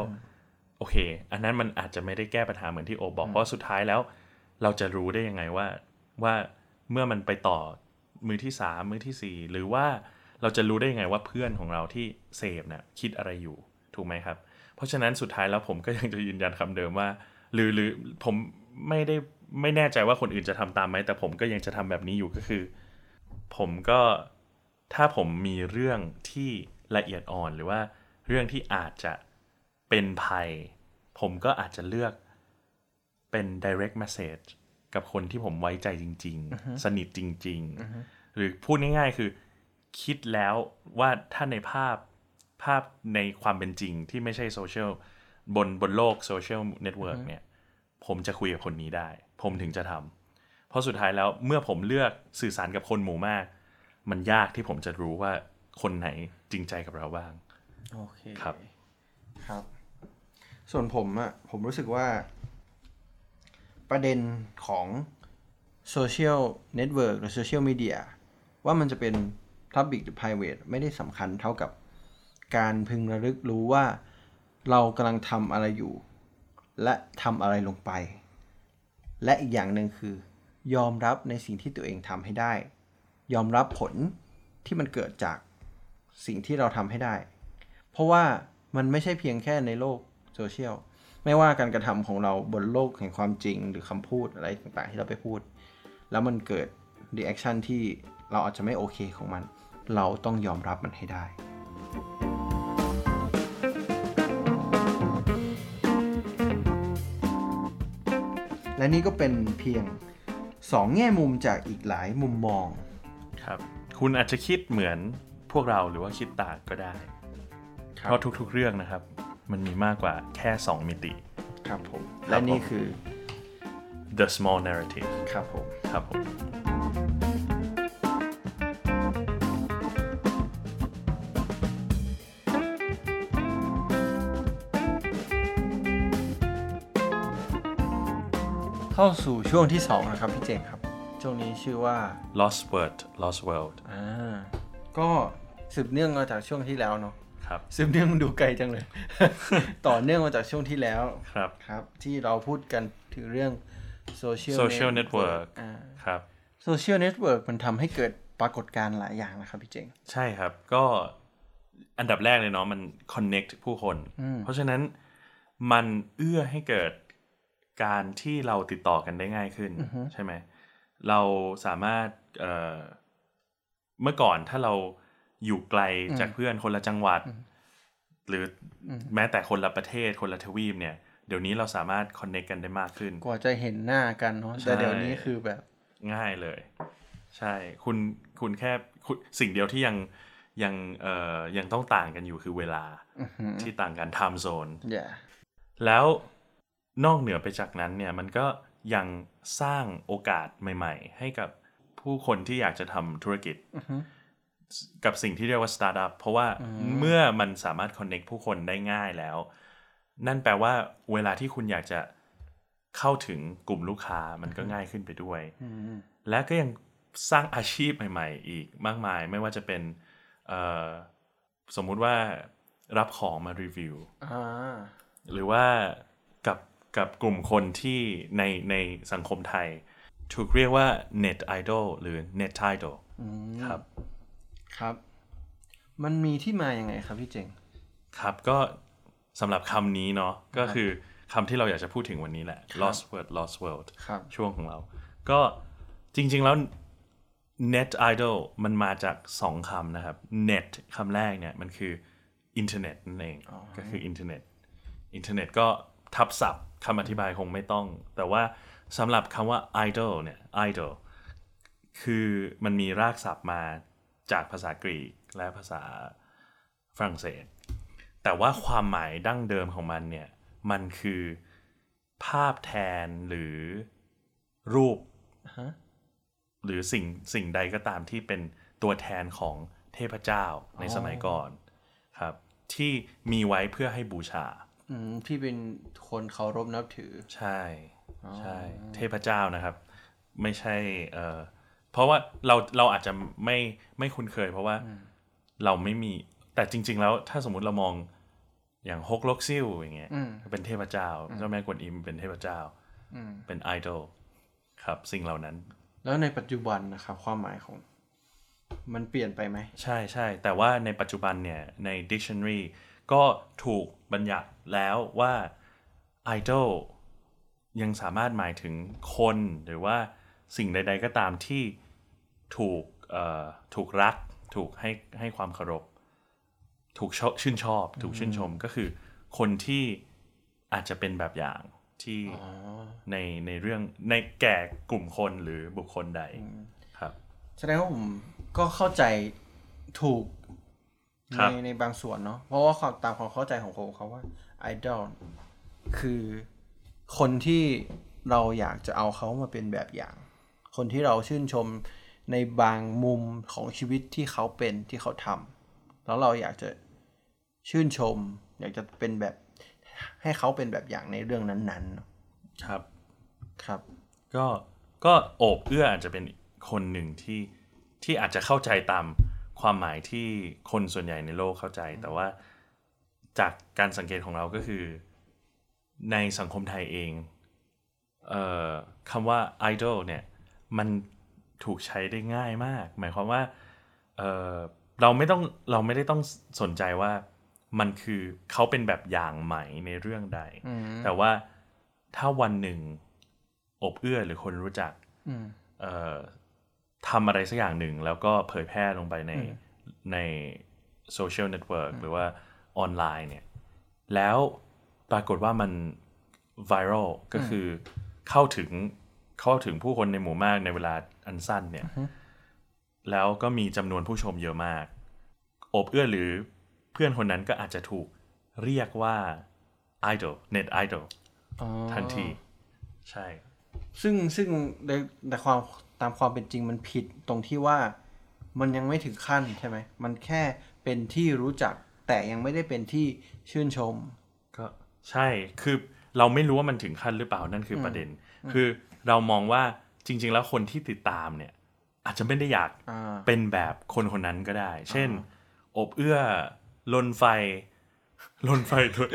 A: โอเค อันนั้นมันอาจจะไม่ได้แก้ปัญหาเหมือนที่โอบอก เพราะสุดท้ายแล้ว เราจะรู้ได้ยังไงว่าว่าเมื่อมันไปต่อมือที่สามมือที่สี่หรือว่าเราจะรู้ได้ยังไงว่าเพื่อนของเราที่เสพเนี่ยคิดอะไรอยู่ถูกไหมครับ เพราะฉะนั้นสุดท้ายแล้วผมก็ยังจะยืนยันคำเดิมว่า หรือหรือผมไม่ได้ไม่แน่ใจว่าคนอื่นจะทำตามไหมแต่ผมก็ยังจะทำแบบนี้อยู่ก็คือ ผมก็ถ้าผมมีเรื่องที่ละเอียดอ่อนหรือว่าเรื่องที่อาจจะเป็นภัย ผมก็อาจจะเลือกเป็น direct message กับคนที่ผมไว้ใจจริง ๆ สนิทจริง ๆ หรือพูดง่ายๆคือคิดแล้วว่าถ้าในภาพภาพในความเป็นจริงที่ไม่ใช่โซเชียลบนบนโลกโซเชียลเน็ตเวิร์กเนี่ย ผมจะคุยกับคนนี้ได้ ผมถึงจะทำ เพราะสุดท้ายแล้วเมื่อผมเลือกสื่อสารกับคนหมู่มาก มันยากที่ผมจะรู้ว่าคนไหนจริงใจกับเราบ้าง
B: โอเค
A: ครับ
B: ครับ ส่วนผมอะผมรู้สึกว่า ประเด็นของโซเชียลเน็ตเวิร์กหรือโซเชียลมีเดียว่ามันจะเป็น Public หรือ Private ไม่ได้สำคัญเท่ากับการพึงระลึกรู้ว่าเรากำลังทำอะไรอยู่ และทำอะไรลงไป และอีกอย่างหนึ่งคือ ยอมรับในสิ่งที่ตัวเองทำให้ได้ ยอมรับผลที่มันเกิดจากสิ่งที่เราทำให้ได้ เพราะว่ามันไม่ใช่เพียงแค่ในโลกโซเชียล ไม่ว่าการกระทำของเราบนโลกแห่งความจริง หรือคำพูดอะไรต่างๆ ที่เราไปพูด แล้วมันเกิดรีแอคชั่นที่เราอาจจะไม่โอเคของมัน เราต้องยอมรับมันให้ได้ และนี่ก็เป็นเพียง 2 แง่มุมจากอีกหลายมุมมอง
A: ครับ คุณอาจจะคิดเหมือนพวกเราหรือว่าคิดต่างก็ได้
B: ครับ
A: เพราะทุกๆเรื่องนะครับ มันมีมากกว่าแค่ 2 มิติ
B: ครับผม และนี่คือ
A: the small narrative
B: ครับผม
A: ครับผม
B: เข้าสู่ช่วงที่ 2 นะครับพี่เจงครับ ช่วงนี้ชื่อว่า
A: lost word lost world
B: อ่า ก็สืบเนื่องมาจากช่วงที่แล้วเนาะ
A: ครับ
B: สืบเนื่องมันดูไกลจังเลย ต่อเนื่องมาจากช่วงที่แล้ว
A: ครับ
B: ครับ ที่เราพูดกันถึงเรื่องโซเชียล
A: social network ครับ
B: โซเชียลเน็ตเวิร์กมันทำให้เกิดปรากฏการณ์หลายอย่างนะครับพี่เจง
A: ใช่ครับ ก็อันดับแรกเลยเนาะมัน connect ผู้คน เพราะฉะนั้นมันเอื้อให้เกิดการที่เราติดต่อกันได้ง่ายขึ้น ใช่ไหม เราสามารถเอ่อเมื่อก่อนถ้าเราอยู่ไกลจากเพื่อนคนละจังหวัด หรืออแม้แต่คนละประเทศคนละทวีปเนี่ย เดี๋ยวนี้เราสามารถ connect กันได้มากขึ้น
B: กว่าจะเห็นหน้ากันเนาะ แต่เดี๋ยวนี้คือแบบ
A: ง่ายเลย ใช่คุณคุณแค่คุณสิ่งเดียวที่ยังยังเอ่อยังต้องต่างกันอยู่คือเวลาที่ต่างกัน time zone
B: อย่า
A: แล้วนอกเหนือไปจากนั้นเนี่ยมันก็ยังสร้างโอกาสใหม่ ๆ ให้กับผู้คนที่อยากจะทำธุรกิจ กับสิ่งที่เรียกว่าสตาร์ทอัพเพราะว่าเมื่อมันสามารถคอนเน็กผู้คนได้ง่ายแล้ว นั่นแปลว่าเวลาที่คุณอยากจะเข้าถึงกลุ่มลูกค้ามันก็ง่ายขึ้นไปด้วย และก็ยังสร้างอาชีพใหม่ ๆ อีกมากมาย ไม่ว่าจะเป็นเอ่อสมมุติว่ารับของมารีวิว
B: อ่า
A: หรือว่ากับกับกลุ่มคนที่ในในสังคมไทย ถูกเรียกว่า net idol หรือ net idol ครับ
B: ครับ มันมีที่มาอย่างไงครับพี่เจง
A: ครับก็สำหรับคำนี้เนาะก็คือคำที่เราอยากจะพูดถึงวันนี้แหละ lost word lost world
B: ครับ
A: ช่วงของเรา ก็จริงๆแล้ว net idol มันมาจากสองคำนะครับ net คำแรกเนี่ยมันคืออินเทอร์เน็ตนั่นเองก็คืออินเทอร์เน็ตอินเทอร์เน็ตก็ทับศัพท์คำอธิบายคงไม่ต้อง แต่ว่าสำหรับคำว่า idol เนี่ย idol คือมันมีรากศัพท์มาจากภาษากรีกและภาษาฝรั่งเศส แต่ว่าความหมายดั้งเดิมของมันเนี่ย มันคือภาพแทนหรือรูป หรือสิ่งสิ่งใดก็ตามที่เป็นตัวแทนของเทพเจ้าในสมัยก่อนครับ ที่มีไว้เพื่อให้บูชา
B: อืมพี่เป็นคนเคารพนับถือ
A: ใช่ใช่ เทพเจ้านะครับ ไม่ใช่เออเพราะว่าเราเราอาจจะไม่ไม่คุ้นเคย เพราะว่าเราไม่มีแต่จริง ๆ แล้วถ้าสมมุติเรามองอย่างฮกลกซิลอย่างเงี้ยเป็นเทพเจ้าเจ้าแม่กวนอิมเป็นเทพเจ้าเป็นไอดอลครับ สิ่งเหล่านั้น
B: แล้วในปัจจุบันนะครับ ความหมายของ มันเปลี่ยนไปไหม
A: ใช่ใช่แต่ว่าในปัจจุบันเนี่ย ใน dictionary ก็ถูกบัญญัติแล้วว่า idol ยังสามารถหมายถึงคนหรือว่าสิ่งใด ๆ ก็ตามที่ถูกเอ่อถูกรัก ถูกให้ให้ความเคารพ ถูกชอชื่นชอบ ถูกชื่นชมก็คือคนที่อาจจะเป็นแบบอย่างที่ในในเรื่องในแก่กลุ่มคนหรือบุคคลใดครับ
B: แสดงว่าผมก็เข้าใจถูก
A: ครั
B: ใน
A: บ
B: ในบางส่วนเนาะ เพราะว่าความตามความเข้าใจของผมเขาว่าไอดอลคือคนที่เราอยากจะเอาเขามาเป็นแบบอย่าง คนที่เราชื่นชมในบางมุมของชีวิตที่เขาเป็นที่เขาทำแล้วเราอยากจะชื่นชม อยากจะเป็นแบบให้เขาเป็นแบบอย่างในเรื่องนั้นๆเนอะ
A: ครับ
B: ครับ
A: ก็ก็โอบเอื้ออาจจะเป็นคนหนึ่งที่ที่อาจจะเข้าใจตามความหมายที่คนส่วนใหญ่ในโลกเข้าใจ แต่ว่าจากการสังเกตของเราก็คือ ในสังคมไทยเองเอ่อคำว่า idol เนี่ย มันถูกใช้ได้ง่ายมาก หมายความว่าเอ่อเราไม่ต้องเราไม่ได้ต้องสนใจว่ามันคือเขาเป็นแบบอย่างไหมในเรื่องใด แต่ว่าถ้าวันหนึ่ง อบเอื้อหรือคนรู้จัก
B: อืม
A: เอ่อทำอะไรสักอย่างหนึ่ง แล้วก็เผยแพร่ลงไปในในโซเชียลเน็ตเวิร์กหรือว่าออนไลน์เนี่ย แล้วปรากฏว่ามันไวรัลก็คือเข้าถึงเข้าถึงผู้คนในหมู่มากในเวลาอันสั้นเนี่ย แล้วก็มีจำนวนผู้ชมเยอะมาก อบเอื้อหรือเพื่อนคนนั้นก็อาจจะถูกเรียกว่าไอดอลเน็ตไอดอล
B: อ๋อ
A: ทันที ใช่
B: ซึ่งซึ่งในแต่ความตามความเป็นจริงมันผิดตรงที่ว่ามันยังไม่ถึงขั้นใช่ไหม มันแค่เป็นที่รู้จัก แต่ยังไม่ได้เป็นที่ชื่นชม
A: ก็ใช่ คือเราไม่รู้ว่ามันถึงขั้นหรือเปล่านั่นคือประเด็น คือเรามองว่าจริง ๆ แล้วคนที่ติดตามเนี่ย อาจจะไม่ได้อยาก
B: อ่า
A: เป็นแบบคนคนนั้นก็ได้ เช่น อบเอื้อลนไฟ ลนไฟ ตัว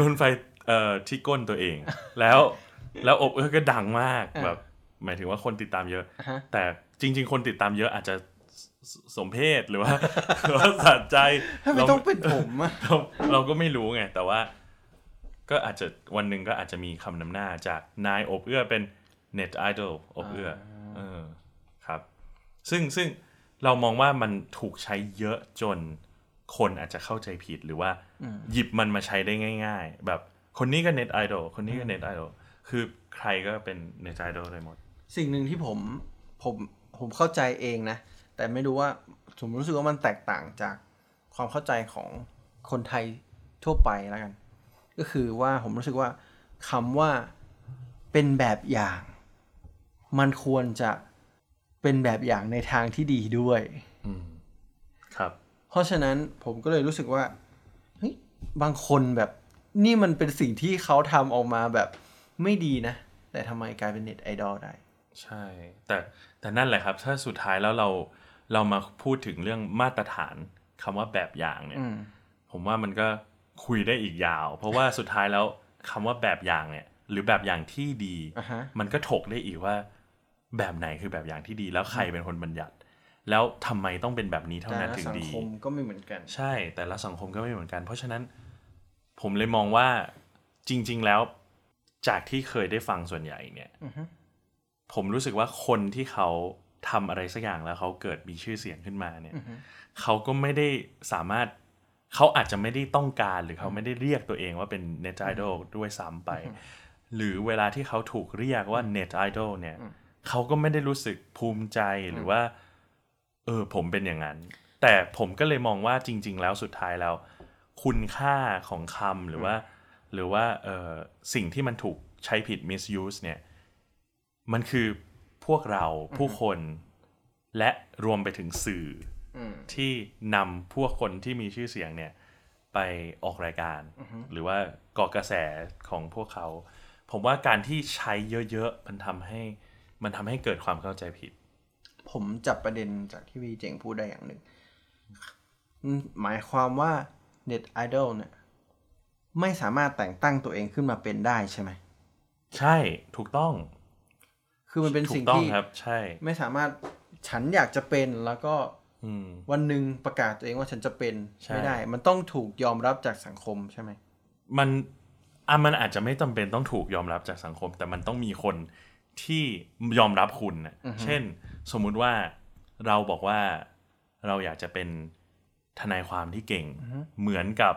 A: ลนไฟเอ่อที่ก้นตัวเอง แล้วแล้วอบเอื้อก็ดังมากแบบ หมายถึงว่าคนติดตามเยอะ
B: อ่าฮะ
A: แต่จริง ๆ คนติดตามเยอะอาจจะสสสมเพศหรือว่า หรือว่าสัใจ
B: ทำไมต้องเป็นผม อะ
A: เราเราก็ไม่รู้ไง แต่ว่าก็อาจจะวันหนึ่งก็อาจจะมีคำนำหน้าจากนายอบเอื้อเป็นเน็ตไอดอลอบเอื้อเออครับ ซึ่งซึ่งเรามองว่ามันถูกใช้เยอะจนคนอาจจะเข้าใจผิดหรือว่า หยิบมันมาใช้ได้ง่าย ๆ แบบคนนี้ก็เน็ตไอดอลคนนี้ก็เน็ตไอดอลคือใครก็เป็นเน็ตไอดอลได้หมด
B: สิ่งหนึ่งที่ผมผมผมเข้าใจเองนะ แต่ไม่รู้ว่าผมรู้สึกว่ามันแตกต่างจากความเข้าใจของคนไทยทั่วไปแล้วกัน ก็คือว่าผมรู้สึกว่าคำว่าเป็นแบบอย่าง มันควรจะเป็นแบบอย่างในทางที่ดีด้วย
A: อืม ครับ
B: เพราะฉะนั้นผมก็เลยรู้สึกว่าเฮ้ยบางคนแบบนี่มันเป็นสิ่งที่เขาทำออกมาแบบไม่ดีนะ แต่ทำไมกลายเป็นเน็ตไอดอลได้
A: ใช่ แต่แต่นั่นแหละครับ ถ้าสุดท้ายแล้วเราเรามาพูดถึงเรื่องมาตรฐานคำว่าแบบอย่างเนี่ย
B: อืม
A: ผมว่ามันก็คุยได้อีกยาว เพราะว่าสุดท้ายแล้วคำว่าแบบอย่างเนี่ย หรือแบบอย่างที่ดี
B: อ่าฮะ
A: มันก็ถกได้อีกว่า แบบไหนคือแบบอย่างที่ดีแล้วใครเป็นคนบัญญัติ แล้วทำไมต้องเป็นแบบนี้เท่านั้นถึง
B: สัง
A: ดี
B: คมก็ไม่เหมือนกัน
A: ใช่แต่ละสังคมก็ไม่เหมือนกัน เพราะฉะนั้นผมเลยมองว่าจริง ๆ แล้วจากที่เคยได้ฟังส่วนใหญ่เนี่ย
B: อือฮึ
A: ผมรู้สึกว่าคนที่เขาทำอะไรสักอย่างแล้วเขาเกิดมีชื่อเสียงขึ้นมาเนี่ยเขาก็ไม่ได้สามารถเขาอาจจะไม่ได้ต้องการหรือเขาไม่ได้เรียกตัวเองว่าเป็นเน็ตไอดอลด้วยซ้ำไป หรือเวลาที่เขาถูกเรียกว่าเน็ตไอดอลเนี่ยเขาก็ไม่ได้รู้สึกภูมิใจหรือว่า เออผมเป็นอย่างนั้น แต่ผมก็เลยมองว่าจริง ๆ แล้วสุดท้ายแล้ว คุณค่าของคำหรือว่า หรือว่าเออสิ่งที่มันถูกใช้ผิด misuse เนี่ย มันคือพวกเราผู้คนและรวมไปถึงสื่ออที่นำพวกคนที่มีชื่อเสียงเนี่ย ไปออกรายการ หรือว่าก่อกระแสของพวกเขา ผมว่าการที่ใช้เยอะๆ มันทำให้มันทำให้เกิดความเข้าใจผิด
B: ผมจับประเด็นจากที่พี่เจ๋งพูดได้อย่างหนึ่งอืมหมายความว่าเน็ตไอดอลเนี่ย ไม่สามารถแต่งตั้งตัวเองขึ้นมาเป็นได้ใช่ไหม
A: ใช่ถูกต้อง
B: คือมันเป็น
A: ถู
B: สิ่
A: ก
B: ง
A: ต้อง
B: ที่
A: ครับ ใช่
B: ไม่สามารถฉันอยากจะเป็นแล้วก็
A: อืม
B: วันหนึ่งประกาศตัวเองว่าฉันจะเป็น
A: ใช่
B: ไม่ได้ มันต้องถูกยอมรับจากสังคมใช่ไหม
A: มันอ่ะมันอาจจะไม่จำเป็นต้องถูกยอมรับจากสังคม แต่มันต้องมีคนที่ยอมรับคุณนะเช่น สมมุติว่าเราบอกว่าเราอยากจะเป็นทนายความที่เก่ง เหมือนกับ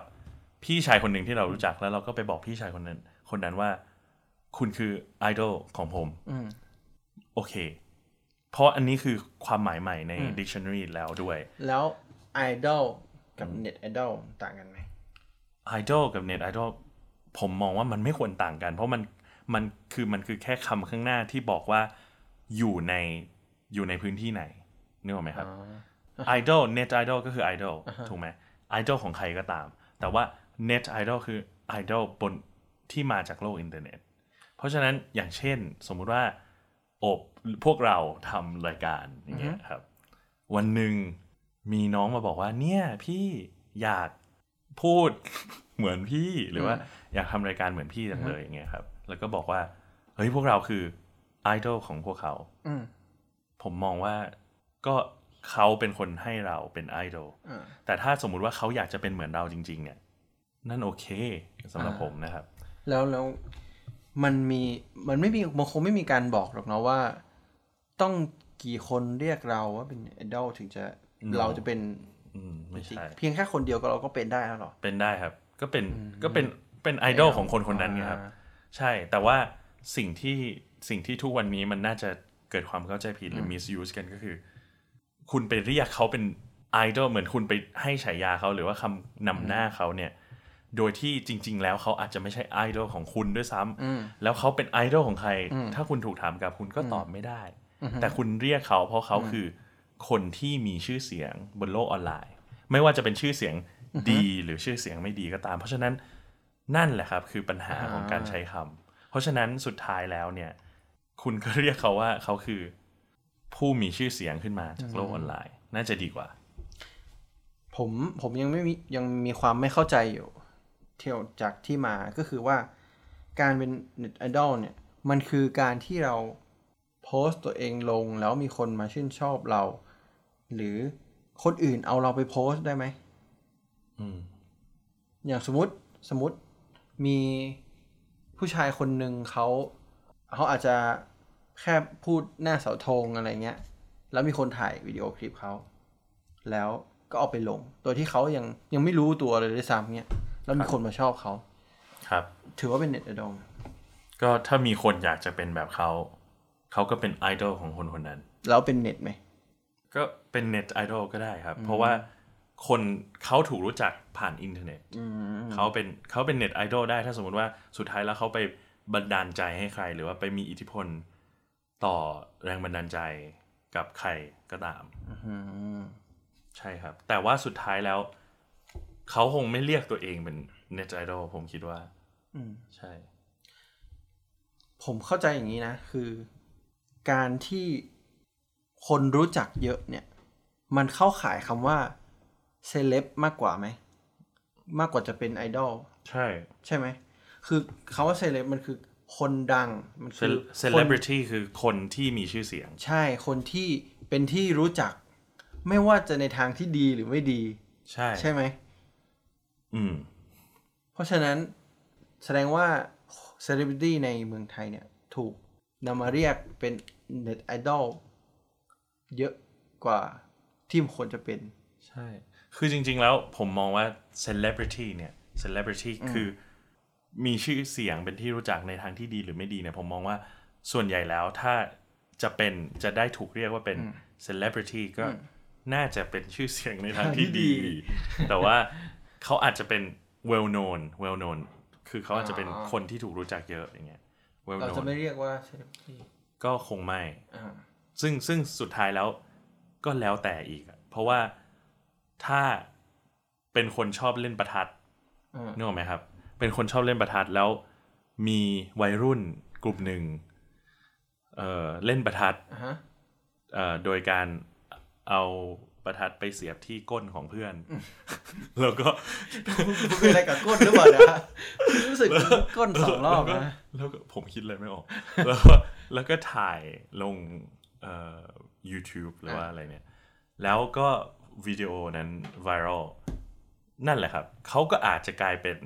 A: พี่ชายคนหนึ่งที่เรารู้จักแล้วเราก็ไปบอกพี่ชายคนนั้น คนนั้นว่า คุณคือไอดอลของผม
B: อืม
A: โอเค เพราะอันนี้คือความหมายใหม่ใน dictionary แล้วด้วย
B: แล้วไอดอลกับเน็ตไอดอลต่างกันไหม
A: ไอดอลกับเน็ตไอดอลผมมองว่ามันไม่ควรต่างกัน เพราะมันมันคือมันคือแค่คำข้างหน้าที่บอกว่าอยู่ในอยู่ในพื้นที่ไหนนึกออกไหมครับไอดอลเน็ตไอดอลก็คือไอดอลถูกไหมไอดอลของใครก็ตาม แต่ว่าเน็ตไอดอลคือไอดอลบนที่มาจากโลกอินเทอร์เน็ต เพ ราะฉะนั้นอย่างเช่นสมมุติว่าอบพวกเราทำรายการอย่างเงี้ยครับ วันหนึ่งมีน้องมาบอกว่า เนี่ยพี่อยากพูด เหมือนพี่หรือว่า อยากทำรายการเหมือนพี่จังเลยอย่างเงี้ยครับ แล้วก็บอกว่าเฮ้ยพวกเราคือไอดอลของพวกเขา
B: อืม
A: ผมมองว่าก็เขาเป็นคนให้เราเป็นไอดอล
B: อ่า
A: แต่ถ้าสมมุติว่าเขาอยากจะเป็นเหมือนเราจริง ๆ เนี่ย นั่นโอเคสำหรับ
B: อ่า
A: ผมนะครับ
B: แล้วแล้วมันมีมันไม่มีมันคงไม่มีการบอกหรอกเนาะว่า ต้องกี่คนเรียกเราว่าเป็นไอดอลถึงจะ
A: No
B: เราจะเป็น
A: อืมไม่ใช่
B: เพียงแค่คนเดียวก็เราก็เป็นได้แล้วเหรอ
A: เป็นได้ครับ ก็เป็นก็เป็นเป็นไอดอลของคนคนนั้นไงครับ
B: อ่า
A: ใช่แต่ว่าสิ่งที่สิ่งที่ทุกวันนี้มันน่าจะเกิดความเข้าใจผิดหรือ misuse กันก็คือ คุณไปเรียกเขาเป็นไอดอลเหมือนคุณไปให้ฉายาเขาหรือว่าคำนำหน้าเขาเนี่ย โดยที่จริง ๆ แล้วเขาอาจจะไม่ใช่ไอดอลของคุณด้วยซ้ำแล้วเขาเป็นไอดอลของใคร ถ้าคุณถูกถามกลับคุณก็ตอบไม่ได้ แต่คุณเรียกเขาเพราะเขาคือคนที่มีชื่อเสียงบนโลกออนไลน์ ไม่ว่าจะเป็นชื่อเสียงดีหรือชื่อเสียงไม่ดีก็ตาม เพราะฉะนั้น นั่นแหละครับ คือปัญหาของการใช้คำเพราะฉะนั้นสุดท้ายแล้วเนี่ย คุณก็เรียกเขาว่าเขาคือ ผู้มีชื่อเสียงขึ้นมาจากโลกออนไลน์ น่าจะดีกว่า
B: ผมผมยังไม่มียังมีความไม่เข้าใจอยู่ เที่ยวจากที่มาก็คือว่า การเป็นเน็ตไอดอลเนี่ย มันคือการที่เราโพสต์ตัวเองลงแล้วมีคนมาชื่นชอบเรา หรือคนอื่นเอาเราไปโพสต์ได้ไหม
A: อืม
B: อย่างสมมติสมมติมีผู้ชายคนหนึ่งเขาเขาอาจจะแค่พูดหน้าเสาธงอะไรเงี้ย แล้วมีคนถ่ายวิดีโอคลิปเขาแล้วก็เอาไปลง โดยที่เขายังยังไม่รู้ตัวเลยด้วยซ้ำเงี้ยแล้วมีคนมาชอบเขา
A: ครับ
B: ถือว่าเป็นเน็ตไอดอลไหม
A: ก็ถ้ามีคนอยากจะเป็นแบบเขาเขาก็เป็นไอดอลของคนคนนั้น
B: แล้วเป็นเน็ตไหม
A: ก็เป็นเน็ตไอดอลก็ได้ครับ เพราะว่าคนเขาถูกรู้จักผ่านอินเทอร์เน็ตเขาเป็นเขาเป็นเน็ตไอดอลได้ถ้าสมมติว่าสุดท้ายแล้วเขาไปบันดาลใจให้ใคร หรือว่าไปมีอิทธิพลต่อแรงบันดาลใจกับใครก็ตาม ใช่ครับ แต่ว่าสุดท้ายแล้ว เขาคงไม่เรียกตัวเองเป็นเน็ตไอดอลผมคิดว่า
B: อืม
A: ใช่
B: ผมเข้าใจอย่างนี้นะ คือการที่คนรู้จักเยอะเนี่ย มันเข้าขายคำว่าเซเลบมากกว่าไหม มากกว่าจะเป็นไอดอล
A: ใช่
B: ใช่ไหม คือคาว่าเซเลบมันคือคนดัง มัน
A: เ
B: คือ
A: ซเลบริตี้คือคนที่มีชื่อเสียง
B: ใช่คนที่เป็นที่รู้จัก ไม่ว่าจะในทางที่ดีหรือไม่ดี
A: ใช่
B: ใช่ไหม
A: อืม
B: เพราะฉะนั้นแสดงว่าเซเลบริตี้ในเมืองไทยเนี่ย ถูกนำมาเรียกเป็นเน็ตไอดอลเยอะกว่าที่มันควรจะเป็น
A: ใช่ คือจริง ๆ แล้วผมมองว่า celebrity เนี่ย celebrity คือมีชื่อเสียงเป็นที่รู้จักในทางที่ดีหรือไม่ดีเนี่ย ผมมองว่าส่วนใหญ่แล้วถ้าจะเป็นจะได้ถูกเรียกว่าเป็น celebrity ก็น่าจะเป็นชื่อเสียงในทางที่ดี
B: ที่ดี
A: แต่ว่าเขาอาจจะเป็น well known well known คือเขาอาจจะเป็นคนที่ถูกรู้จักเยอะอย่างเงี้ย well
B: เราจะ
A: known
B: ไม่เรียกว่าเซเลบริตี้
A: ก็คงไม่
B: อ่า
A: ซึ่งซึ่งสุดท้ายแล้วก็แล้วแต่อีกอะเพราะว่าถ้าเป็นคนชอบเล่นประทัด
B: อ่า
A: นึกออกไหมครับ เป็นคนชอบเล่นประทัดแล้วมีวัยรุ่นกลุ่มหนึ่งเอ่อเล่นประทัด
B: อ่าฮะ
A: เอ่อโดยการเอาประทัดไปเสียบที่ก้นของเพื่อน แล้วก็
B: คุณเป็นอะไรกับก้นหรือเปล่านะ รู้สึกก้นสองรอบนะ
A: แล้วก็ผมคิดอะไรไม่ ออก แล้วก็แล้วก็ถ่ายลงเอ่อ YouTube หรือว่าอะไรเนี่ย แล้วก็วิดีโอนั้นไวรัลนั่นแหละครับ เขาก็อาจจะกลายเป็น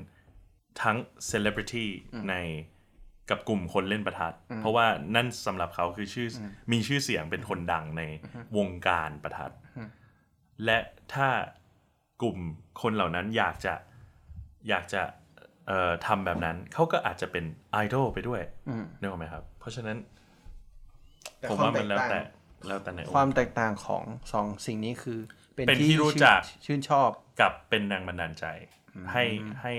A: ทั้งเซเลบริตี้ในกับกลุ่มคนเล่นประทัด เพราะว่านั่นสำหรับเขาคือชื่ออมีชื่อเสียงเป็นคนดังในวงการประทัด และถ้ากลุ่มคนเหล่านั้นอยากจะอยากจะเอ่อทำแบบนั้น เขาก็อาจจะเป็นไอดอลไปด้วย
B: อืม
A: นึกออกไหมครับ เพราะฉะนั้น
B: แต่
A: ผม
B: ควา
A: ว่าม
B: แต
A: มัน
B: ก
A: แล้ว
B: ต่าง
A: แต่แล้วแต่ในอง
B: ความ
A: ค์
B: แตกต่างของสองสิ่งนี้คือ
A: เป็นที่รู้จัก
B: ชื่นชื่นชอบ
A: กับเป็นแรงบันดาลใจ ให้ให้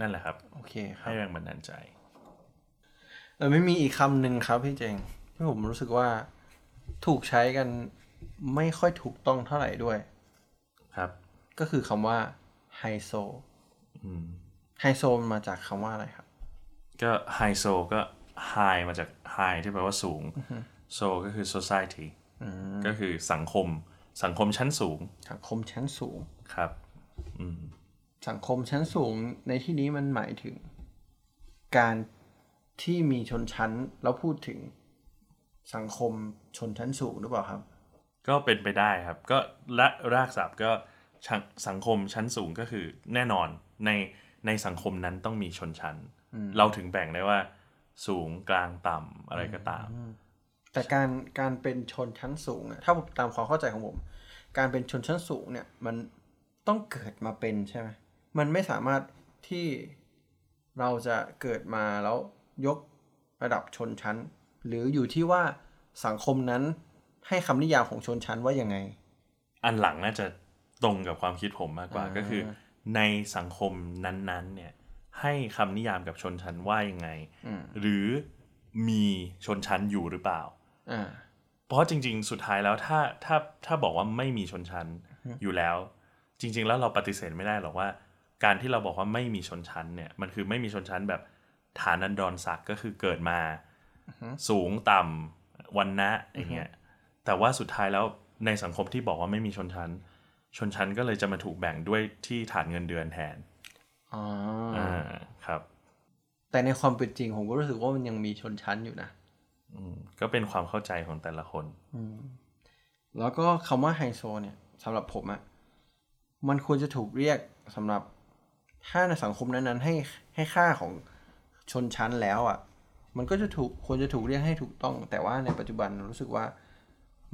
A: นั่นแหละครับ
B: โอเคครับ
A: ให้แรงบันดาลใจ
B: เออไม่มีอีกคำหนึ่งครับพี่เจงที่ผมรู้สึกว่าถูกใช้กันไม่ค่อยถูกต้องเท่าไหร่ด้วย
A: ครับ
B: ก็คือคำว่าไฮโซ
A: อืม
B: ไฮโซมันมาจากคำว่าอะไรครับ
A: ก็ไฮโซก็ไฮมาจากไฮที่แปลว่าสูงโซก็คือ society ก็คือสังคมสังคมชั้นสูง
B: สังคมชั้นสูง
A: ครับ
B: สังคมชั้นสูงในที่นี้มันหมายถึง การที่มีชนชั้นแล้วพูดถึงสังคมชนชั้นสูงหรือเปล่าครับ
A: ก็เป็นไปได้ครับ ก็และรากศัพท์ก็ชังสังคมชั้นสูงก็คือแน่นอนในในสังคมนั้นต้องมีชนชั้น เราถึงแบ่งได้ว่า สูงกลางต่ำอะไรก็ตาม
B: แต่การการเป็นชนชั้นสูงอะถ้าผมตามความเข้าใจของผม การเป็นชนชั้นสูงเนี่ย มันต้องเกิดมาเป็นใช่ไหมมันไม่สามารถที่เราจะเกิดมาแล้วยกระดับชนชั้น หรืออยู่ที่ว่าสังคมนั้นให้คำนิยามของชนชั้นว่ายังไง
A: อันหลังน่าจะตรงกับความคิดผมมากกว่า
B: อ่า
A: ก็คือ ในสังคมนั้นๆ เนี่ย ให้คำนิยามกับชนชั้นว่ายังไง หรือมีชนชั้นอยู่หรือเปล่า
B: อ่า
A: เพราะจริง ๆ สุดท้ายแล้วถ้าถ้าถ้าบอกว่าไม่มีชนชั้นอยู่แล้ว จริง ๆ แล้วเราปฏิเสธไม่ได้หรอกว่า การที่เราบอกว่าไม่มีชนชั้นเนี่ยมันคือไม่มีชนชั้นแบบฐานันดรศักดิ์ก็คือเกิดมา สูงต่ำวันนะอย่างเงี้ยแต่ว่าสุดท้ายแล้วในสังคมที่บอกว่าไม่มีชนชั้น ชนชั้นก็เลยจะมาถูกแบ่งด้วยที่ฐานเงินเดือนแทน
B: อ๋ออ
A: อ่าครับ
B: แต่ในความเป็นจริงผมก็รู้สึกว่ามันยังมีชนชั้นอยู่นะ
A: อืมก็เป็นความเข้าใจของแต่ละคน
B: แล้วก็คำว่าไฮโซเนี่ยสำหรับผมอะมันควรจะถูกเรียกสำหรับถ้าในสังคมนั้นๆให้ให้ค่าของชนชั้นแล้วอะมันก็จะถูกควรจะถูกเรียกให้ถูกต้อง แต่ว่าในปัจจุบันรู้สึกว่า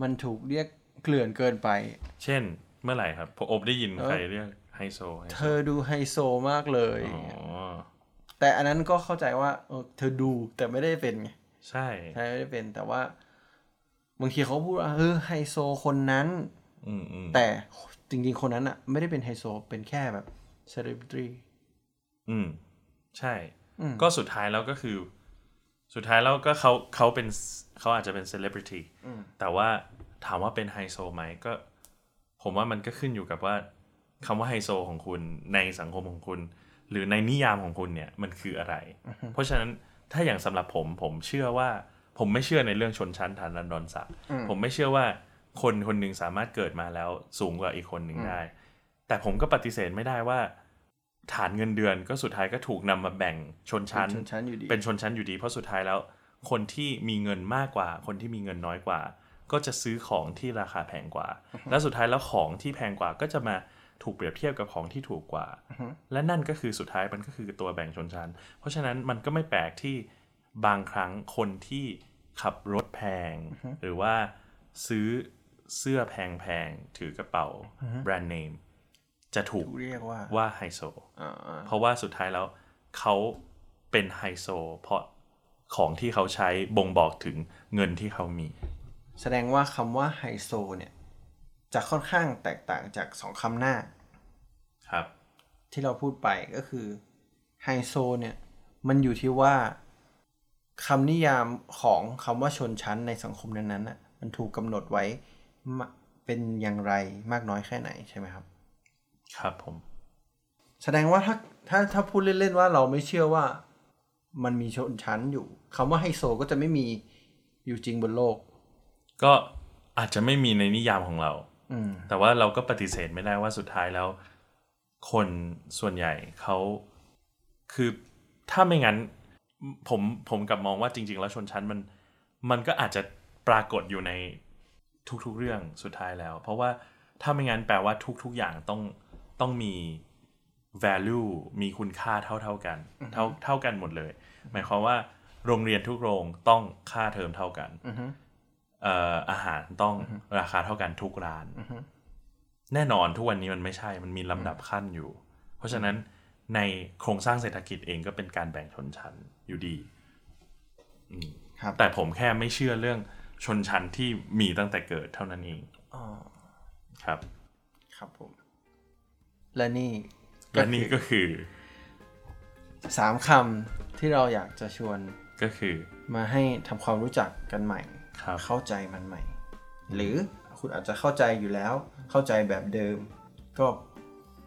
B: มันถูกเรียกเกลื่อนเกินไป
A: เช่นเมื่อไหร่ครับผมอบได้ยินใครเรียกไฮโซไฮ
B: เธ
A: โซ
B: อดูไฮโซมากเลย
A: อ๋อ
B: แต่อันนั้นก็เข้าใจว่าเออเธอดูแต่ไม่ได้เป็นไง
A: ใช่
B: ใช่ไม่ได้เป็นแต่ว่า บางทีเขาพูดว่าเออไฮโซคนนั้น
A: อืมอืม
B: แต่จริงๆ คนนั้นอะไม่ได้เป็นไฮโซเป็นแค่แบบเซเลบริตี้
A: อืมใช่
B: อืม
A: ก็สุดท้ายแล้วก็คือ สุดท้ายแล้วก็เขาเขาเป็นเขาอาจจะเป็นเซเลบริตี้แต่ว่าถามว่าเป็นไฮโซไหมก็ ผมว่ามันก็ขึ้นอยู่กับว่าคำว่าไฮโซของคุณในสังคมของคุณ หรือในนิยามของคุณเนี่ยมันคืออะไร เพราะฉะนั้นถ้าอย่างสำหรับผมผมเชื่อว่า ผมไม่เชื่อในเรื่องชนชั้นฐานันดรศักดิ์ผมไม่เชื่อว่าคนคนหนึ่งสามารถเกิดมาแล้วสูงกว่าอีกคนหนึ่งได้ แต่ผมก็ปฏิเสธไม่ได้ว่า ฐานเงินเดือนก็สุดท้ายก็ถูกนำมาแบ่งชนชั้น
B: เป็นชนชั้นอยู่ดี
A: เป็นชนชั้นอยู่ดีเพราะสุดท้ายแล้ว คนที่มีเงินมากกว่า คนที่มีเงินน้อยกว่า ก็จะซื้อของที่ราคาแพงกว่า และสุดท้ายแล้วของที่แพงกว่าก็จะมาถูกเปรียบเทียบกับของที่ถูกกว่า และนั่นก็คือสุดท้ายมันก็คือตัวแบ่งชนชั้น เพราะฉะนั้นมันก็ไม่แปลกที่บางครั้งคนที่ขับรถแพง หรือว่าซื้อเสื้อแพงๆถือกระเป๋าแบรนด์เนมจะถูก
B: เรียกว่า
A: ว่าไฮโซ
B: อ่า
A: เพราะว่าสุดท้ายแล้วเขาเป็นไฮโซ เพราะของที่เขาใช้บ่งบอกถึงเงินที่เขามี
B: แสดงว่าคำว่าไฮโซเนี่ย จะค่อนข้างแตกต่างจากสองคำหน้า
A: ครับ
B: ที่เราพูดไปก็คือไฮโซเนี่ย มันอยู่ที่ว่าคำนิยามของคำว่าชนชั้นในสังคมนั้นๆน่ะมันถูกกำหนดไว้มาเป็นอย่างไรมากน้อยแค่ไหนใช่ไหมครับ
A: ครับผม
B: แสดงว่าถ้าถ้าถ้าพูดเล่นๆว่าเราไม่เชื่อว่ามันมีชนชั้นอยู่คำว่าไฮโซก็จะไม่มีอยู่จริงบนโลก
A: ก็อาจจะไม่มีในนิยามของเรา
B: อืม
A: แต่ว่าเราก็ปฏิเสธไม่ได้ว่าสุดท้ายแล้ว คนส่วนใหญ่เขาคือถ้าไม่งั้น ผมผมกลับมองว่าจริง ๆ แล้วชนชั้นมัน มันก็อาจจะปรากฏอยู่ในทุกๆเรื่องสุดท้ายแล้ว เพราะว่าถ้าไม่งั้นแปลว่าทุกๆอย่างต้องต้องมี value มีคุณค่าเท่าๆกัน เท่าเท่ากันหมดเลย หมายความว่าโรงเรียนทุกโรงต้องค่าเทอมเท่ากันเอ่ออาหารต้องราคาเท่ากันทุกร้าน แน่นอนทุกวันนี้มันไม่ใช่ มันมีลำดับขั้นอยู่ เพราะฉะนั้นในโครงสร้างเศรษฐกิจเองก็เป็นการแบ่งชนชั้นอยู่ดีอืม
B: ครับ
A: แต่ผมแค่ไม่เชื่อเรื่องชนชั้นที่มีตั้งแต่เกิดเท่านั้นเอง
B: อ๋อ
A: ครับ
B: ครับผม และนี่
A: และนี่ก็คือ
B: สามคำที่เราอยากจะชวน
A: ก็คือ
B: มาให้ทำความรู้จักกันใหม่
A: ครับ
B: เข้าใจมันใหม่ หรือคุณอาจจะเข้าใจอยู่แล้ว เข้าใจแบบเดิม ก็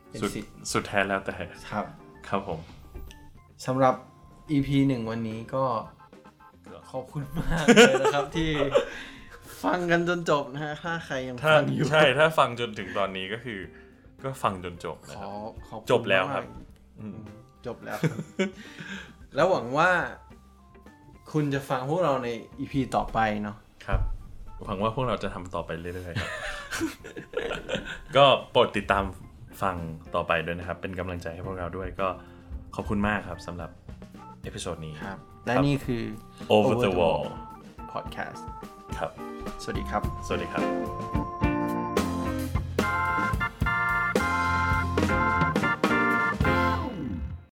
B: เป็น
A: สุด
B: สิทธิ์
A: สุดแท้แล้วแต่
B: ครับ
A: ครับผม
B: สำหรับ EP หนึ่งวันนี้ก็ขอบคุณมากเลยนะครับ ที่ฟังกันจนจบนะฮะถ้าใครยัง
A: ถ้า
B: ฟังอยู่
A: ใช่ถ้าฟังจนถึงตอนนี้ก็คือ ก็ฟังจนจบ
B: ข
A: นะค
B: อ
A: รับ
B: ขอบคุณ
A: จบแล้วครับ
B: มาก
A: อืม
B: จบแล้วครับ แล้วหวังว่า คุณจะฟังพวกเราในอีพีต่อไปเนาะ
A: ครับหวังว่าพวกเราจะทำต่อไปเรื่อยๆครับ ก็โปรดติดตามฟังต่อไปด้วยนะครับ เป็นกำลังใจให้พวกเราด้วยก็ขอบคุณมากครับสำหรับเอพิโซดนี้
B: ครับ และ
A: ครับ
B: นี่คือ
A: Over the Wall
B: Podcast
A: ครับ
B: สวัสดีครับ
A: สวัสดีครับ